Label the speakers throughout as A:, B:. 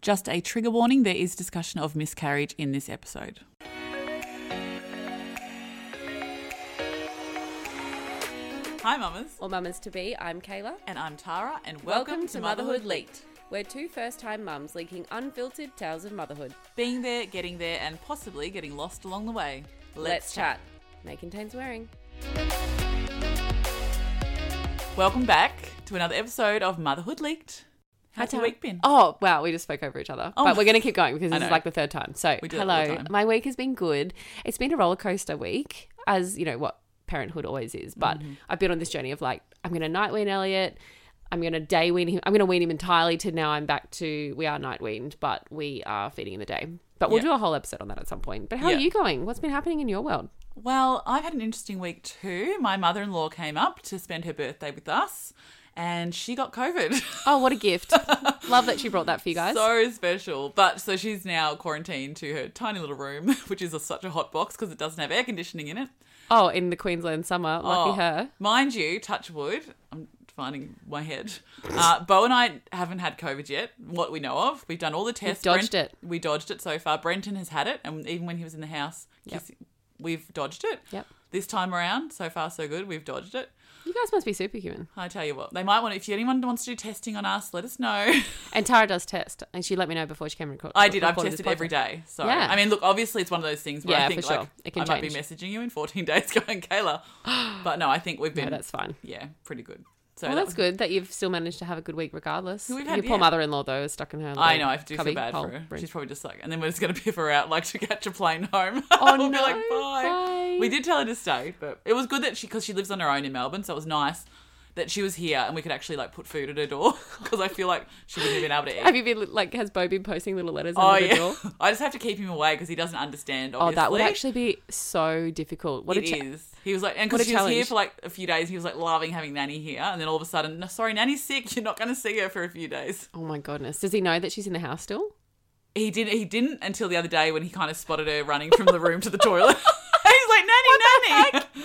A: Just a trigger warning there is discussion of miscarriage in this episode. Hi, mamas.
B: Or mamas to be, I'm Kayla.
A: And I'm Tara, and welcome,
B: Welcome
A: to,
B: to
A: Motherhood
B: Motherhood
A: Leaked.
B: We're two first time mums leaking unfiltered tales of motherhood.
A: Being there, getting there, and possibly getting lost along the way.
B: chat. May contain swearing.
A: Welcome back to another episode of Motherhood Leaked. How's your week been?
B: Oh, wow, we just spoke over each other.
A: Oh.
B: But we're going to keep going because
A: I
B: this
A: know.
B: is like the third time. So,
A: We do that all the
B: hello.
A: time.
B: My week has been good. It's been a roller coaster week, as you know what parenthood always is. But
A: Mm-hmm.
B: I've been on this journey of like, I'm going to night wean Elliot. I'm going to day wean him. I'm going to wean him entirely to now I'm back to we are night weaned, but we are feeding in the day. But we'll
A: Yeah.
B: do a whole episode on that at some point. But how
A: Yeah.
B: are you going? What's been happening in your world?
A: Well, I've had an interesting week too. My mother in law came up to spend her birthday with us, and she got COVID.
B: Oh, what a gift. Love that she brought that for you guys.
A: So special. But so she's now quarantined to her tiny little room, which is a, such a hot box because it doesn't have air conditioning in it.
B: oh, in the Queensland summer. Lucky
A: Oh,
B: her.
A: Mind you, touch wood. I'm finding my head. Uh, Bo and I haven't had COVID yet, what we know of. We've done all the tests.
B: dodged it.
A: We dodged it so far. Brenton has had it, and even when he was in the house, kissing- we've dodged it.
B: Yep.
A: This time around, so far so good, we've dodged it.
B: You guys must be superhuman.
A: I tell you what, they might want. If anyone wants to do testing on us, let us know.
B: And Tara does test, and she let me know before she came and record.
A: I did. I've
B: recorded this
A: tested every
B: podcast.
A: day. So
B: Yeah.
A: I mean, look, obviously it's one of those things where I
B: Yeah,
A: think
B: for
A: like
B: sure. It can
A: I might be
B: change.
A: messaging you in 14 days going, Kayla. But no, I think we've been
B: No, Oh, that's fine.
A: yeah pretty good. So
B: Well,
A: that
B: that's
A: was-
B: good that you've still managed to have a good week regardless.
A: We've had-
B: Your poor
A: yeah.
B: mother-in-law though is stuck in her.
A: I
B: little
A: know. I do feel
B: cubby
A: bad
B: hole
A: for her.
B: room.
A: She's probably just like, and then we're just going to piff her out like to catch a plane home.
B: Oh,
A: we'll be like,
B: no,
A: bye.
B: bye.
A: We did tell her to stay, but it was good that she because she lives on her own in Melbourne, so it was nice that she was here and we could actually like put food at her door because I feel like she wouldn't have been able to eat.
B: Have you been like? Has Bo been posting little letters
A: Oh
B: under the
A: yeah,
B: door?
A: I just have to keep him away because he doesn't understand.
B: Oh,
A: Obviously.
B: that would actually be so difficult. What
A: It
B: a
A: is.
B: cha-
A: He was like, and
B: What
A: because
B: a
A: she was here
B: challenge.
A: for like a few days, he was like loving having Nanny here, and then all of a sudden, "No, sorry, Nanny's sick. You're not going to see her for a few days.
B: oh my goodness! Does he know that she's in the house still?
A: He did. He didn't until the other day when he kind of spotted her running from the room to the toilet. He's like, Nanny, Nanny.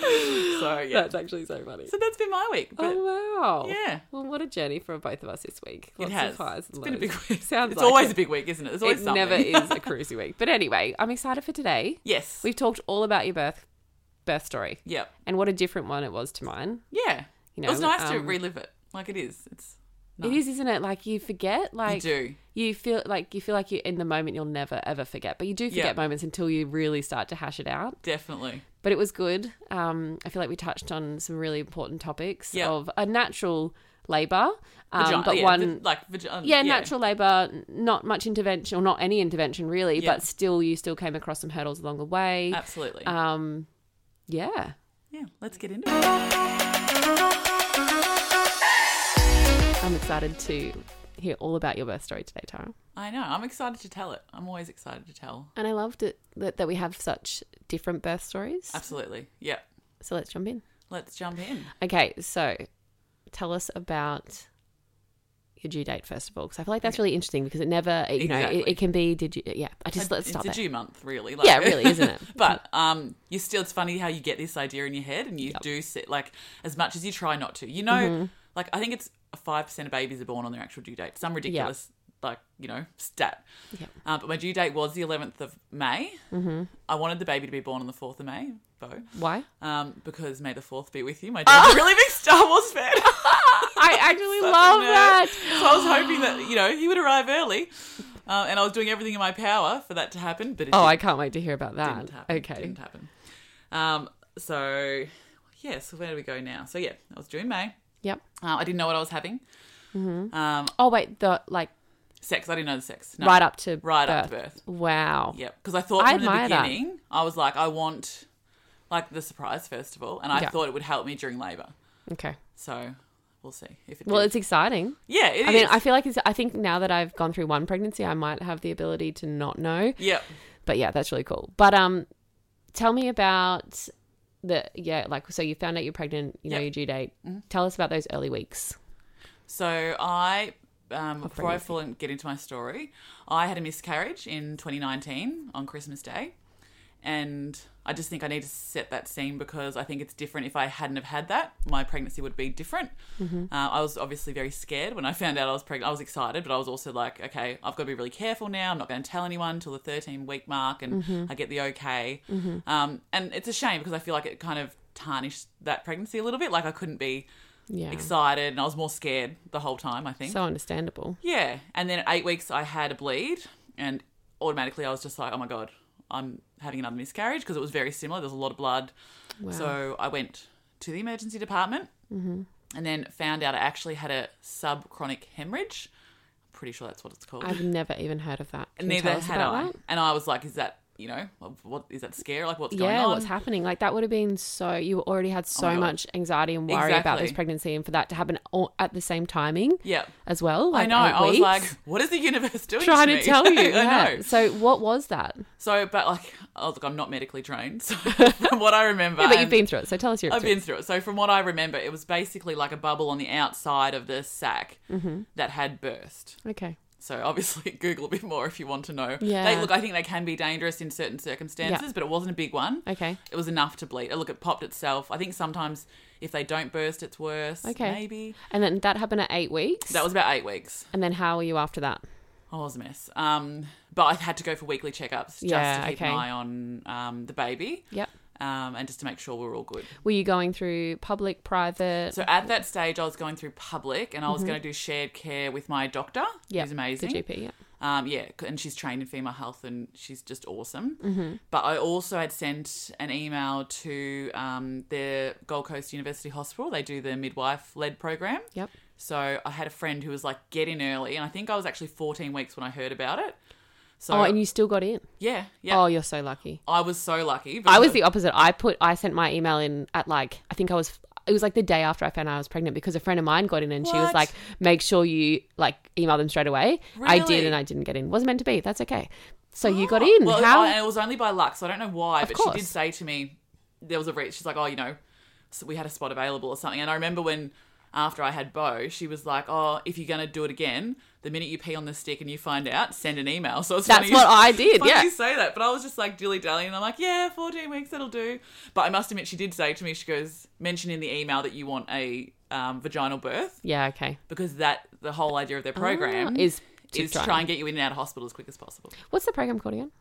A: so yeah.
B: That's actually so funny.
A: so that's been my week. But
B: oh wow!
A: yeah.
B: Well, what a journey for both of us this week.
A: it
B: Lots
A: has.
B: Of highs and
A: It's been a
B: lows.
A: big week.
B: Sounds
A: it's
B: like
A: always
B: it.
A: a big week, isn't it? It's always
B: It
A: something.
B: never is a cruisy week. But anyway, I'm excited for today.
A: Yes.
B: We've talked all about your birth birth story
A: Yep.
B: and what a different one it was to mine.
A: Yeah.
B: You
A: it was
B: know,
A: nice to
B: um,
A: relive it. Like it is. It's.
B: It is, isn't it? Like you forget, like
A: you do.
B: you feel like you feel like you in the moment you'll never ever forget, but you do forget
A: Yeah.
B: moments until you really start to hash it out.
A: Definitely.
B: But it was good. Um, I feel like we touched on some really important topics
A: Yeah.
B: of a natural labor, um,
A: Vagina-
B: but
A: yeah,
B: one
A: vi- like vagina.
B: yeah, natural labor, n- not much intervention or not any intervention really,
A: Yeah.
B: but still you still came across some hurdles along the way.
A: Absolutely.
B: Um, yeah.
A: yeah. Let's get into it.
B: I'm excited to hear all about your birth story today, Tara.
A: I know. I'm excited to tell it. I'm always excited to tell.
B: And I loved it that, that we have such different birth stories.
A: Absolutely. Yeah.
B: So let's jump in.
A: Let's jump in.
B: Okay, so tell us about your due date first of all, because I feel like that's really interesting because it never, you know, it,
A: Exactly.
B: it can be. Did you? Yeah, I just let's
A: it's
B: stop
A: a
B: there.
A: due month, really. Like,
B: Yeah, really, isn't it?
A: but um, you still. It's funny how you get this idea in your head, and you
B: Yep. Mm-hmm.
A: do sit like as much as you try not to. You know, like I think it's five percent of babies are born on their actual due date. Some ridiculous. Like you know, stat.
B: Yep.
A: Uh, but my due date was the eleventh of May. Mm-hmm. I wanted the baby to be born on the fourth of May, though,
B: Why?
A: um, because May the fourth be with you. My dad's a really big Star Wars fan.
B: I actually
A: Such a
B: love
A: nerd.
B: that.
A: So I was hoping that you know he would arrive early, uh, and I was doing everything in my power for that to happen. But it
B: Oh,
A: didn't.
B: I can't wait to hear about that.
A: didn't happen.
B: Okay.
A: Didn't happen. Um, so, yeah, so where do we go now? So, yeah, I was doing May.
B: Yep.
A: Uh, I didn't know what I was having. Um,
B: Oh wait, the like
A: sex. I didn't know the sex. No,
B: right up to
A: right
B: birth.
A: up to birth.
B: Wow.
A: Yep. Because I thought
B: I
A: from the
B: admire that.
A: beginning, I was like, I want like the surprise, first of all. And I
B: Yeah.
A: thought it would help me during labor.
B: Okay.
A: So, we'll see if it
B: Well,
A: did.
B: it's exciting.
A: Yeah, it is.
B: I mean, I feel like it's, I think now that I've gone through one pregnancy, I might have the ability to not know.
A: Yep.
B: But yeah, that's really cool. But um, tell me about the yeah, like so you found out you're pregnant, you know
A: Yeah. Mm-hmm.
B: your due date. Tell us about those early weeks.
A: So I, um, before I
B: pregnancy.
A: full and get into my story, I had a miscarriage in 2019 on Christmas Day, And I just think I need to set that scene because I think it's different. If I hadn't have had that, my pregnancy would be different. Uh, I was obviously very scared when I found out I was pregnant. I was excited, but I was also like, okay, I've got to be really careful now. I'm not going to tell anyone till the 13 week mark, and I get the okay. Um, and it's a shame because I feel like it kind of tarnished that pregnancy a little bit. Like I couldn't be
B: Yeah.
A: excited, and I was more scared the whole time. I think.
B: Mm. So understandable.
A: Yeah. And then at eight weeks, I had a bleed, and automatically I was just like, oh my God, I'm having another miscarriage because it was very similar. There's a lot of blood.
B: Wow. Mm-hmm.
A: So I went to the emergency department and then found out I actually had a subchronic hemorrhage. I'm pretty sure that's what it's called.
B: I've never even heard of that. Can you
A: Neither
B: tell us
A: had
B: about
A: I.
B: that?
A: And I was like, is that, you know, what is that scare? Like, what's going
B: Yeah,
A: on? Oh
B: what's happening? Like that would have been so. You already had so
A: my God.
B: much anxiety and worry about this
A: Exactly.
B: pregnancy, and for that to happen all at the same timing
A: yeah.
B: as well.
A: I
B: Like
A: know.
B: eight
A: I was
B: weeks,
A: like, what is the universe doing?
B: trying
A: to,
B: to
A: me?
B: tell you.
A: I
B: yeah.
A: know.
B: So what was that?
A: So, but like, oh, look, I'm not medically trained. So, from what I remember,
B: Yeah, but
A: and-
B: you've been through it, so tell us your
A: I've been
B: experience.
A: through it. So from what I remember, it was basically like a bubble on the outside of the sac
B: Mm-hmm.
A: that had burst.
B: okay.
A: So obviously, Google a bit more if you want to know.
B: Yeah.
A: They, look, I think they can be dangerous in certain circumstances, but it wasn't a big one.
B: Okay.
A: It was enough to bleed. Oh, Look, it popped itself. I think sometimes if they don't burst, it's worse.
B: Okay.
A: Maybe.
B: And then that happened at eight weeks.
A: That was about eight weeks.
B: and then how were you after that?
A: I was a mess. Um, but I had to go for weekly checkups just
B: Yeah,
A: to keep
B: okay.
A: an eye on um, the baby
B: Yep.
A: um, and just to make sure we were all good.
B: Were you going through public, private?
A: So at that stage, I was going through public, and I was going to do shared care with my doctor,
B: Yep,
A: who's amazing.
B: The GP. Mm-hmm. Yeah.
A: Um, yeah, c- and she's trained in female health, and she's just awesome.
B: Mm-hmm.
A: But I also had sent an email to um, the Gold Coast University Hospital. They do the midwife-led program.
B: Yep.
A: So I had a friend who was like, "Get in early," and I think I was actually 14 weeks when I heard about it. So
B: Oh, and you still got in.
A: yeah, yeah,
B: Oh, you're so lucky.
A: I was so lucky.
B: I was
A: because-
B: the opposite. I put I sent my email in at like I think I was it was like the day after I found out I was pregnant because a friend of mine got in and she was
A: What?
B: like, make sure you like email them straight away. I did
A: Really?
B: and I didn't get in. Wasn't meant to be. That's okay. So you got in.
A: Well,
B: How?
A: I- and it was only by luck, so I don't know why, but she
B: course.
A: did say to me, there was a reach. She's like, oh, you know, so we had a spot available or something. And I remember when, after I had Bo, she was like, oh, if you're going to do it again, the minute you pee on the stick and you find out, send an email. So it's
B: That's
A: funny-
B: what I did.
A: funny
B: Yeah.
A: you say that, but I was just like dilly dallying. I'm like, yeah, 14 weeks, that'll do. But I must admit, she did say to me, she goes, mention in the email that you want a um, vaginal birth
B: Yeah. Okay.
A: because that the whole idea of their program
B: Ah, is to
A: is to try and get you in and out of hospital as quick as possible.
B: What's the program called again?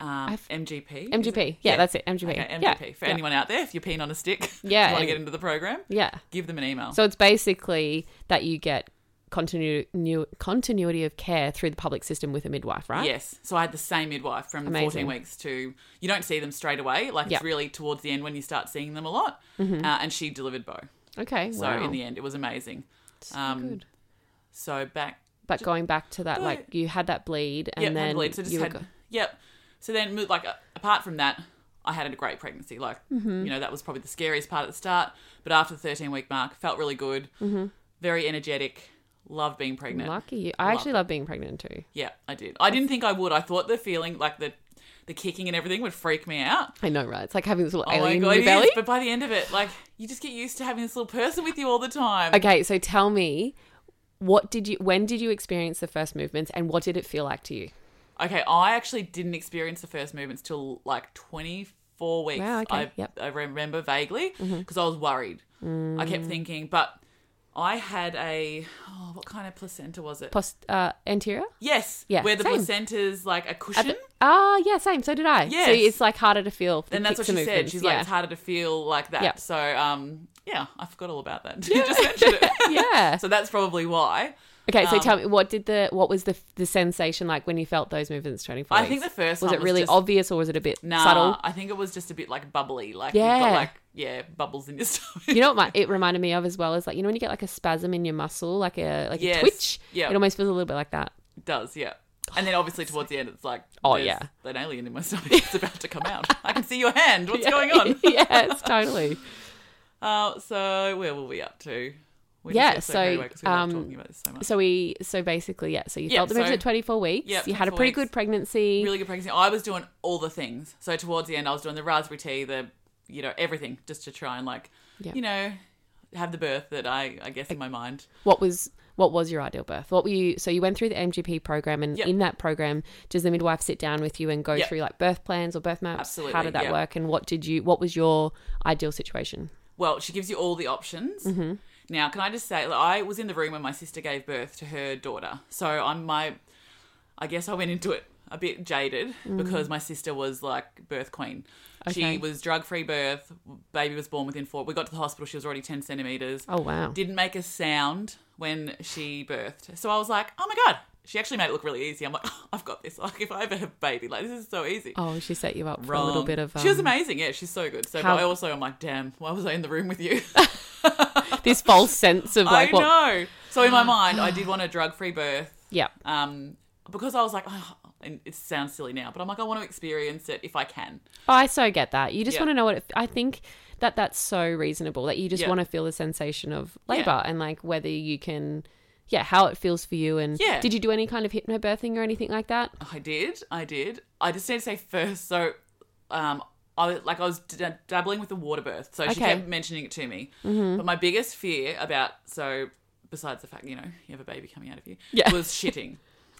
A: Um, MGP. is
B: MGP.
A: it?
B: Yeah, that's it. MGP.
A: Okay,
B: Yeah.
A: MGP. For
B: Yeah.
A: anyone out there, if you're peeing on a stick,
B: Yeah,
A: you want to
B: and-
A: get into the program,
B: Yeah.
A: give them an email.
B: So it's basically that you get continuity new continuity of care through the public system with a midwife, right?
A: Yes. So I had the same midwife from
B: Amazing.
A: 14 weeks to, you don't see them straight away. Like
B: Yeah.
A: it's really towards the end when you start seeing them a lot. Uh, and she delivered Bo.
B: Okay.
A: So
B: wow.
A: in the end, it was amazing.
B: So
A: um,
B: good.
A: So back,
B: But going back to that,
A: Go-
B: like you had that bleed, and
A: yep,
B: then
A: had bleed. So just
B: you were
A: had,
B: go-
A: yep. So then, mo- like, uh, apart from that, I had a great pregnancy. Like,
B: Mm-hmm.
A: you know, that was probably the scariest part at the start. But after the 13 week mark, felt really good,
B: Mm-hmm.
A: very energetic, loved being pregnant.
B: lucky. You. I actually love being pregnant too.
A: Yeah, I did. I didn't think I would. I thought the feeling, like the the kicking and everything, would freak me out.
B: I know, right? It's like having this little
A: Oh my
B: alien
A: god,
B: in
A: it
B: your
A: is.
B: belly.
A: But by the end of it, like you just get used to having this little person with you all the time.
B: Okay, so tell me, what did you? When did you experience the first movements, and what did it feel like to you?
A: Okay, I actually didn't experience the first movements till like twenty four weeks.
B: Wow, okay,
A: I,
B: yep. Mm-hmm.
A: I remember vaguely because I was worried. I
B: Mm.
A: kept thinking, but I had a oh, what kind of placenta was it?
B: Post uh, anterior?
A: yes,
B: Yeah,
A: where the
B: same.
A: placenta's like a cushion.
B: Ah, yeah, same. So did I. Yeah.
A: Yes.
B: So it's like harder to feel. for
A: And that's what
B: kicks
A: she said.
B: movements.
A: She's
B: yeah.
A: like, it's harder to feel like that.
B: Yep.
A: So, um, yeah, I forgot all about that. you just mentioned it.
B: yeah.
A: So that's probably why.
B: Okay,
A: Um,
B: so tell me, what did the what was the the sensation like when you felt those movements? Twenty four.
A: I think the first
B: was
A: one
B: it
A: was
B: really
A: just-
B: obvious or was it a bit
A: Nah,
B: subtle?
A: I think it was just a bit like bubbly. Like, you've
B: Yeah.
A: got like, yeah, bubbles in your stomach.
B: You know what my, it reminded me of as well is like you know when you get like a spasm in your muscle, like a like a
A: Yes.
B: twitch.
A: Yeah.
B: It almost feels a little bit like that.
A: It does, yeah. And then obviously towards the end, it's like,
B: Oh,
A: there's
B: yeah.
A: an alien in my stomach. It's about to come out. I can see your hand. What's going on?
B: yes, totally.
A: Uh, so, where were we up to? We
B: Yeah,
A: just got
B: so,
A: carried away 'cause we love
B: um,
A: talking about this so much.
B: So we so basically yeah. So you
A: Yeah,
B: felt the movements
A: so-
B: at twenty four weeks.
A: yeah,
B: you had a
A: 24
B: pretty
A: weeks.
B: good pregnancy.
A: really good pregnancy. I was doing all the things. So towards the end, I was doing the raspberry tea, the you know everything, just to try and like
B: Yeah.
A: you know have the birth that I I guess in my mind.
B: What was What was your ideal birth? What were you? So you went through the MGP program, and
A: Yep.
B: in that program, does the midwife sit down with you and go
A: Yep.
B: through like birth plans or birth maps? How
A: Absolutely,
B: did that
A: yep.
B: work? And what did you? What was your ideal situation?
A: Well, she gives you all the options.
B: Mm-hmm.
A: Now, can I just say, like, I was in the room when my sister gave birth to her daughter. So I'm my, I guess I went into it a bit jaded because my sister was like birth queen.
B: Mm. Okay.
A: She was drug free birth. Baby was born within four. We got to the hospital. She was already ten centimeters.
B: Oh wow.
A: Didn't make a sound when she birthed. So I was like, oh my god. She actually made it look really easy. I'm like, "Oh, I've got this. Like if I ever have a baby, like this is so easy.
B: oh, she set you up for a little
A: Wrong.
B: bit of. Um,
A: she was amazing. Yeah, she's so good. So,
B: How-
A: but I also am like, damn, why was I in the room with you?
B: this false sense of like
A: I
B: what?
A: know. So in my mind, I did want a drug-free birth,
B: Yeah.
A: um, because I was like, oh, and it sounds silly now, but I'm like, I want to experience it if I can.
B: I so get that. You just
A: Yeah.
B: want to know what it, I think that that's so reasonable that you just
A: Yeah.
B: want to feel the sensation of
A: Yeah.
B: labor and like whether you can, yeah, how it feels for you. And
A: Yeah.
B: did you do any kind of hypnobirthing or anything like that?
A: I did. I did. I just need to say first, so, um, I was- like I was d- dabbling with the water birth, so she
B: Okay. Mm-hmm.
A: kept mentioning it to me. But my biggest fear about so. Besides the fact, you know, you have a baby coming out of you,
B: Yeah.
A: was shitting.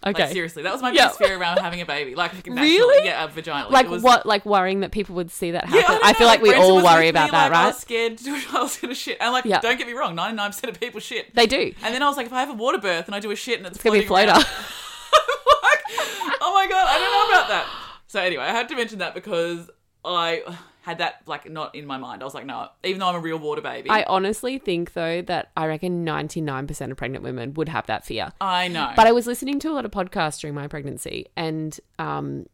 B: Okay.
A: Like, seriously, that was my
B: Yeah.
A: biggest fear around having a baby. Like, naturally,
B: Really?
A: Yeah, vaginally.
B: Like
A: It was,
B: what? Like worrying that people would see that happen.
A: Yeah, don't
B: I, feel
A: know,
B: like, we
A: Brenton
B: all
A: was with
B: worry
A: me,
B: about that,
A: like, "Oh, I
B: right?
A: was scared I was gonna shit. And like,
B: Yeah.
A: don't get me wrong, ninety nine percent of people shit.
B: They do.
A: And then I was like, if I have a water birth and I do a shit and it's,
B: It's gonna be a
A: floating
B: floater.
A: around- like, oh my god, I don't know about that. So anyway, I had to mention that because I had that like not in my mind. I was like, no, even though I'm a real water baby,
B: I honestly think though that I reckon ninety nine percent of pregnant women would have that fear.
A: I know.
B: But I was listening to a lot of podcasts during my pregnancy, and um,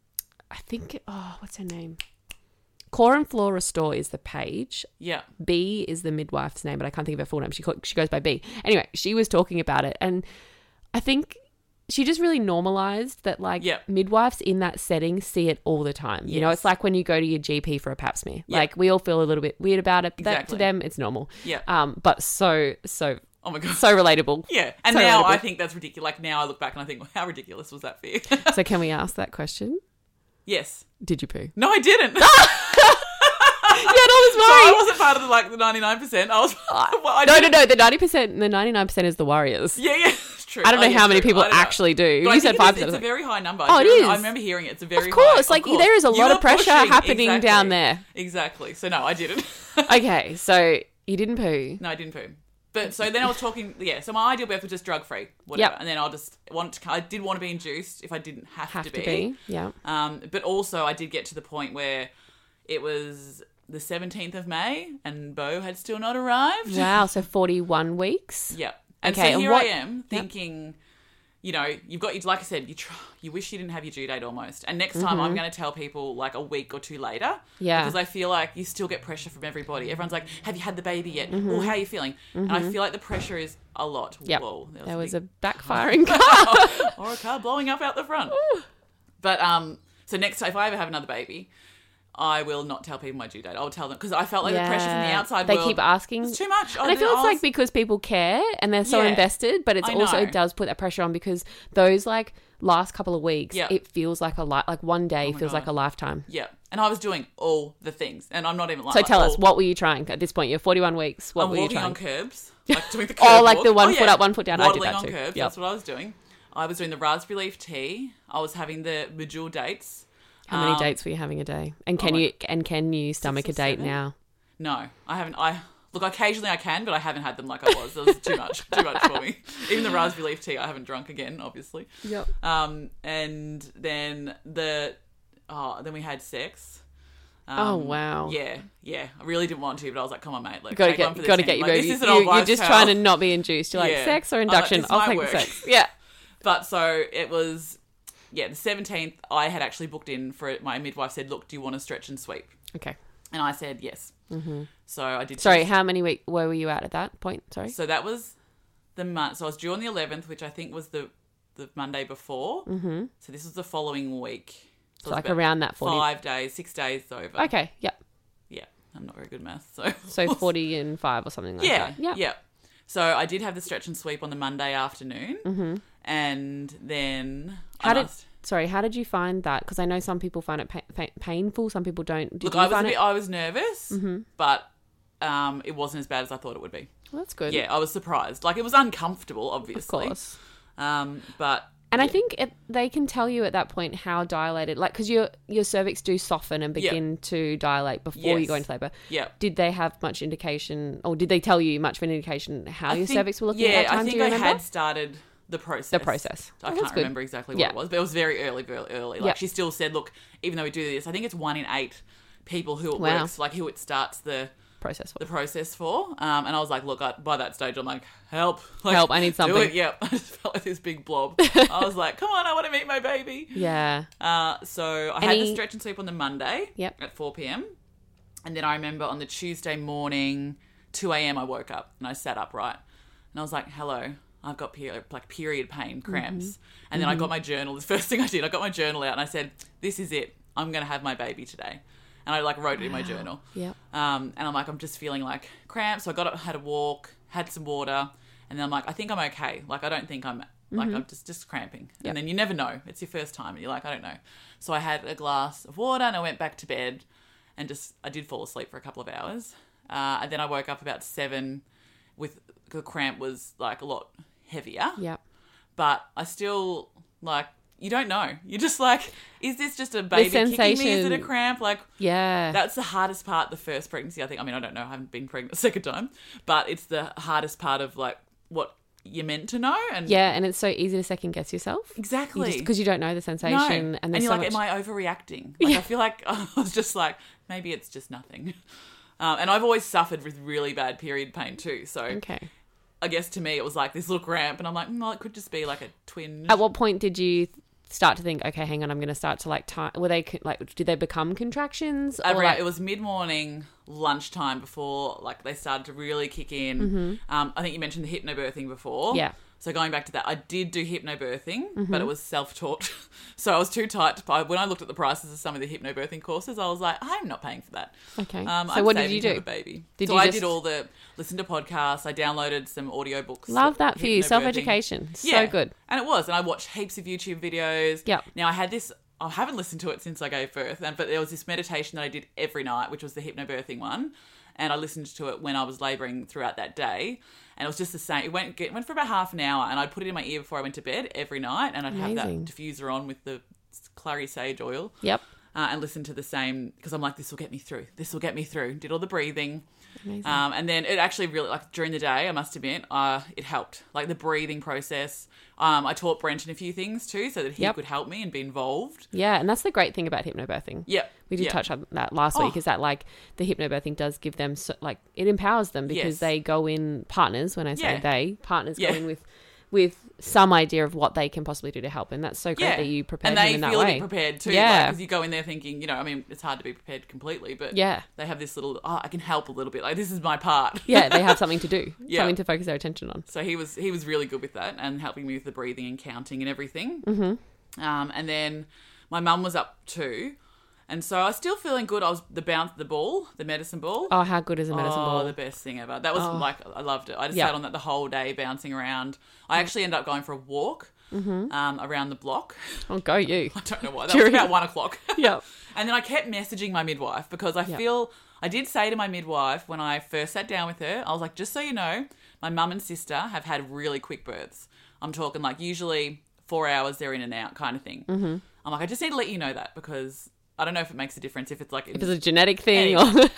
B: I think oh, what's her name? Core and Floor Restore is the page.
A: yeah,
B: B is the midwife's name, but I can't think of her full name. She call, she goes by B. Anyway, she was talking about it, and I think she just really normalized that like
A: Yep.
B: midwives in that setting see it all the time. You know,
A: Yes.
B: it's like when you go to your GP for a pap smear. Like we all feel a little bit weird about it, but that, to
A: Exactly.
B: them it's normal.
A: yeah.
B: Um, but so so
A: oh my god.
B: so relatable.
A: yeah, and
B: so
A: now I
B: relatable.
A: think that's ridiculous. Like now I look back and I think, well, how ridiculous was that fear?
B: So can we ask that question?
A: yes.
B: Did you poo?
A: No, I didn't. so
B: yeah, all this
A: I
B: worry.
A: wasn't part of the like the ninety nine percent. I was. well, I
B: Uh, No,
A: didn't-
B: no, no. The ninety percent, the ninety nine percent is the warriors.
A: Yeah, yeah, it's true.
B: I don't know
A: Oh, yeah,
B: how many
A: true.
B: people
A: I don't know.
B: actually do.
A: But I think
B: you said
A: it is-
B: five
A: It's a
B: percent.
A: very high number.
B: Oh,
A: I
B: it
A: do-
B: is.
A: I remember hearing it's a very
B: Of course,
A: high-
B: like there is a lot
A: You're
B: of pressure
A: pushing,
B: happening
A: exactly.
B: down there.
A: Exactly. So no, I didn't.
B: Okay, so you didn't poo.
A: no, I didn't poo. But so then I was talking. Yeah. So my ideal birth was just drug free, whatever.
B: Yep.
A: And then I'll just want. To, I did want to be induced if I didn't have,
B: Have to be. Yeah.
A: Um, but also, I did get to the point where it was the 17th of May and Bo had still not arrived.
B: Wow. So forty-one weeks.
A: Yeah. And
B: Okay,
A: so
B: and
A: here
B: what-
A: I am thinking, you know, you've got, like I said, you try, you wish you didn't have your due date almost. And next time I'm going to tell people like a week or two later.
B: Mm-hmm. Yeah.
A: Because I feel like you still get pressure from everybody. Everyone's like, have you had the baby yet? Or how are you feeling? And I feel like the pressure is a lot.
B: Mm-hmm. Yep.
A: Whoa.
B: There was
A: big oh,
B: a backfiring car.
A: or a car blowing up out the front. But um, so next time, if I ever have another baby, I will not tell people my due date. I'll tell them because I felt like the pressure from the
B: Yeah.
A: outside
B: They
A: world.
B: keep asking.
A: It's too much.
B: And I feel
A: did-
B: it's like
A: was-
B: because people care and they're so
A: Yeah.
B: invested, but it's
A: I
B: also
A: know.
B: it does put that pressure on because those like last couple of weeks,
A: Yeah. Oh
B: it feels like a li- like one day feels
A: God.
B: like a lifetime.
A: Yeah, and I was doing all the things, and I'm not even lying.
B: So
A: like,
B: tell
A: all-
B: us, what were you trying at this point? You're 41 weeks. What
A: I'm
B: were you
A: walking on
B: trying?
A: curbs, like doing the curb
B: Oh, like the
A: walk.
B: one foot up, one foot down. I did
A: Waddling
B: that
A: on
B: too.
A: curbs.
B: Yep.
A: That's what I was doing. I was doing the raspberry leaf tea. I was having the medjool dates.
B: How many
A: Um,
B: dates were you having a day? And
A: Oh
B: can
A: my-
B: you and can you stomach
A: or
B: a date
A: seven?
B: now?
A: No, I haven't. I look occasionally I can, but I haven't had them like I was. That was too much, too much for me. Even the raspberry leaf tea I haven't drunk again, obviously.
B: Yep.
A: Um, and then the oh, then we had sex. Um,
B: Oh, wow.
A: Yeah, yeah. I really didn't want to, but I was like, come on, mate. Like,
B: Got to
A: take one for
B: get
A: the
B: got to
A: team.
B: get your
A: Like,
B: baby.
A: This is an
B: you,
A: old
B: you're
A: wives'
B: just
A: tale.
B: trying to not be induced. You're like
A: Yeah.
B: sex or
A: I'm like,
B: induction.
A: it's
B: I'll
A: my
B: take
A: work.
B: the sex. Yeah.
A: But so it was, yeah, the 17th, I had actually booked in for it. My midwife said, look, do you want to stretch and sweep?
B: Okay.
A: And I said, yes. Mm-hmm. So I did.
B: Sorry. How many week? Where were you at at that point? Sorry.
A: So that was the month. So I was due on the 11th, which I think was the, the Monday before. Mm-hmm. So this was the following week. So
B: So
A: it was
B: like
A: about
B: around that 40.
A: Five days, six days over.
B: Okay. Yeah.
A: Yeah. I'm not very good at math. So,
B: So 40 and five or something like
A: yeah,
B: that.
A: yeah.
B: Yeah.
A: So I did have the stretch and sweep on the Monday afternoon. Mm-hmm. And then
B: How
A: I
B: did-
A: must-
B: Sorry. How did you find that? Because I know some people find it pa- pa- painful. Some people don't. Did
A: Look,
B: you
A: I
B: Mm-hmm.
A: was a
B: find
A: bit,
B: it?
A: I was nervous, but um, it wasn't as bad as I thought it would be.
B: Well, that's good.
A: Yeah, I was surprised. Like it was uncomfortable, obviously.
B: Of course.
A: Um, but
B: And I think it, they can tell you at that point how dilated, like, because your your cervix do soften and
A: Yeah.
B: begin to dilate before you
A: Yes.
B: go into labor.
A: yeah,
B: Did they have much indication, or did they tell you much of an indication how your cervix will look
A: yeah,
B: at that time?
A: I think
B: Do you
A: I
B: remember?
A: had started the process.
B: The process.
A: I
B: Oh, that's
A: can't
B: good.
A: remember exactly what
B: Yeah.
A: it was, but it was very early, very early. Like
B: Yeah.
A: she still said, "Look, even though we do this, I think it's one in eight people who it
B: Wow.
A: works, like who it starts the
B: Process.
A: the process for." Um, and I was like, "Look, I, by that stage, I'm like, help, like,
B: Help, I need
A: Do
B: something.
A: it. Yep, I just felt like this big blob. I was like, "Come on, I want to meet my baby."
B: Yeah.
A: Uh, so I had
B: Any-
A: the stretch and sleep on the Monday
B: Yep.
A: at 4 p.m. And then I remember on the Tuesday morning, 2 a.m., I woke up and I sat upright. And I was like, hello, I've got peri- like period pain,
B: Mm-hmm.
A: cramps. And then I got my journal. The first thing I did, I got my journal out and I said, this is it. I'm going to have my baby today. And I like wrote it in my journal.
B: Yep.
A: Um, and I'm like, I'm just feeling like cramps. So I got up, had a walk, had some water, and then I'm like, I think I'm okay. Like, I don't think I'm like I'm just just cramping.
B: Mm-hmm. Yep.
A: And then you never know. It's your first time, and you're like, I don't know. So I had a glass of water, and I went back to bed, and just I did fall asleep for a couple of hours, uh, and then I woke up about seven with the cramp was like a lot heavier
B: Yep.
A: but I still like you don't know. You're just like, is this just a baby kicking me? Is it a
B: sensation.
A: cramp? Like
B: Yeah.
A: that's the hardest part. The first pregnancy, I think. I mean, I don't know. I haven't been pregnant a second time, but it's the hardest part of like what you're meant to know. And
B: yeah. And it's so easy to second guess yourself.
A: exactly.
B: You just because you don't know the
A: no.
B: sensation, and
A: you're
B: there's so
A: like,
B: much.
A: am I overreacting? Like, I feel like I was just like, maybe it's just nothing. Um, and I've always suffered with really bad period pain too. So
B: okay.
A: I guess to me, it was like this little cramp, and I'm like, mm, well, it could just be like a twinge.
B: At what point did you start to think, okay, hang on, I'm going to start to like time? Were they co- like, did they become contractions? Or
A: around,
B: like,
A: it was mid morning, lunchtime before like they started to really kick in. Um, I think you mentioned the hypnobirthing before.
B: Mm-hmm. Yeah. Mm-hmm.
A: So going back to that, I did do hypnobirthing, but it was self taught. so I was too tight to buy. When I looked at the prices of some of the hypnobirthing courses, I was like, I'm not paying for that.
B: okay.
A: Um,
B: so
A: I'm
B: what did
A: saving
B: you
A: to have
B: do?
A: a baby.
B: Did
A: so
B: you
A: I
B: just-
A: did all the listen to podcasts. I downloaded some audiobooks.
B: Love that for you.
A: hypnobirthing.
B: Self education.
A: Yeah.
B: So good.
A: And it was. And I watched heaps of YouTube videos.
B: Yep.
A: Now I had this I haven't listened to it since I gave birth, and but there was this meditation that I did every night, which was the hypnobirthing one. And I listened to it when I was laboring throughout that day. And it was just the same. It went it went for about half an hour and I'd put it in my ear before I went to bed every night and I'd have
B: Amazing.
A: that diffuser on with the clary sage oil
B: Yep.
A: uh, and listen to the same because I'm like, this will get me through. This will get me through. Did all the breathing.
B: Amazing.
A: Um, and then it actually really, like during the day, I must admit, uh, it helped. Like the breathing process. Um, I taught Brenton a few things too so that he
B: Yep.
A: could help me and be involved.
B: Yeah. And that's the great thing about hypnobirthing.
A: Yep.
B: We did
A: Yep.
B: touch on that last
A: Oh.
B: week is that like the hypnobirthing does give them, so, like, it empowers them because
A: Yes.
B: they go in partners. When I say
A: Yeah.
B: they, partners
A: Yeah.
B: go in with. With some idea of what they can possibly do to help, and that's so great that you
A: and
B: prepared
A: they
B: them in that
A: feel a
B: way.
A: bit prepared too.
B: Yeah.
A: because you go in there thinking, you know, I mean, it's hard to be prepared completely, but
B: Yeah.
A: they have this little, oh, I can help a little bit. Like this is my part.
B: yeah, they have something to do,
A: Yeah.
B: something to focus their attention on.
A: So he was he was really good with that and helping me with the breathing and counting and everything. Mm-hmm. Um, and then my mum was up too, and so I was still feeling good. I was the bounce the ball, the medicine ball.
B: Oh, how good is a medicine
A: Oh,
B: ball? Oh.
A: the best thing ever. That was like I loved it. I just
B: Yeah. Mm.
A: sat on that the whole day, bouncing around. I actually ended up going for a walk um, around the block.
B: Oh, go you.
A: I don't know why. That
B: Mm-hmm. During-
A: was about one o'clock.
B: yep.
A: And then I kept messaging my midwife because I feel I did say to my midwife when I first sat down with her, I was like, just so you know, my mum and sister have had really quick births. I'm talking like usually four hours, they're in and out kind of thing. Mm-hmm. I'm like, I just need to let you know that because I don't know if it makes a difference if it's like.
B: If it's a genetic thing or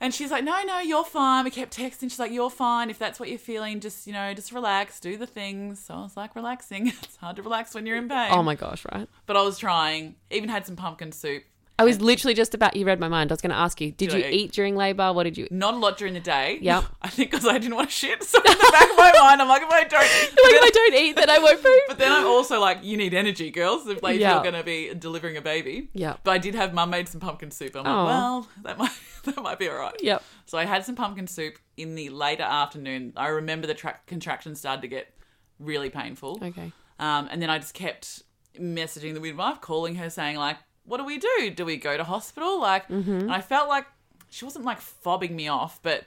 A: and she's like, no, no, you're fine. We kept texting. She's like, you're fine. If that's what you're feeling, just, you know, just relax, do the things. So I was like, relaxing. it's hard to relax when you're in pain.
B: Oh my gosh, right?
A: But I was trying, even had some pumpkin soup.
B: I was literally just about you read my mind. I was going to ask you, did
A: Did
B: you
A: I eat?
B: eat during labor? What did you eat?
A: not a lot during the day.
B: Yep.
A: I think because I didn't want to shit. So in the back of my mind, I'm like, if I don't,
B: Like, if I don't eat, then I won't poop.
A: but then I'm also like, you need energy, girls, if like,
B: Yeah.
A: you're going to be delivering a baby.
B: Yeah.
A: But I did have mum made some pumpkin soup. I'm
B: Aw.
A: like, well, that might that might be all right.
B: Yep.
A: So I had some pumpkin soup in the later afternoon. I remember the tra- contractions started to get really painful.
B: Okay.
A: Um, and then I just kept messaging the midwife, calling her, saying like, "What do we do? Do we go to hospital?" Like, and I felt like she wasn't like fobbing me off, but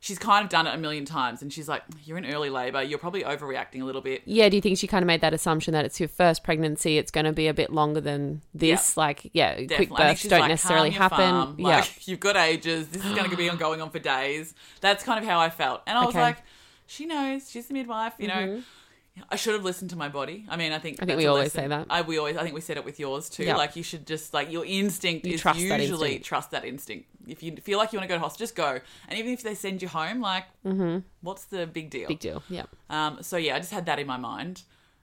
A: she's kind of done it a million times and she's like, You're in early labor, you're probably overreacting a little bit.
B: Yeah, do you think she kind of made that assumption that it's your first pregnancy, it's going to be a bit longer than this? Like, yeah,
A: Definitely.
B: quick
A: I think
B: births
A: she's
B: don't
A: like,
B: necessarily
A: "Calm your
B: happen.
A: farm.
B: yeah.
A: Like, You've got ages. This is going to be on going on for days. That's kind of how I felt. And I was
B: Okay. Mm-hmm.
A: like, She knows. She's the midwife, you know. I should have listened to my body. I mean, I think
B: I think
A: that's
B: we
A: a
B: always
A: lesson.
B: say that.
A: I we always I think we said it with yours too.
B: Yeah.
A: Like you should just like your instinct
B: You
A: is
B: trust that
A: usually
B: instinct.
A: trust that instinct. If you feel like you want to go to hospital, just go. And even if they send you home, like what's the big deal?
B: Mm-hmm. Big deal. Yeah.
A: Um, so yeah, I just had that in my mind,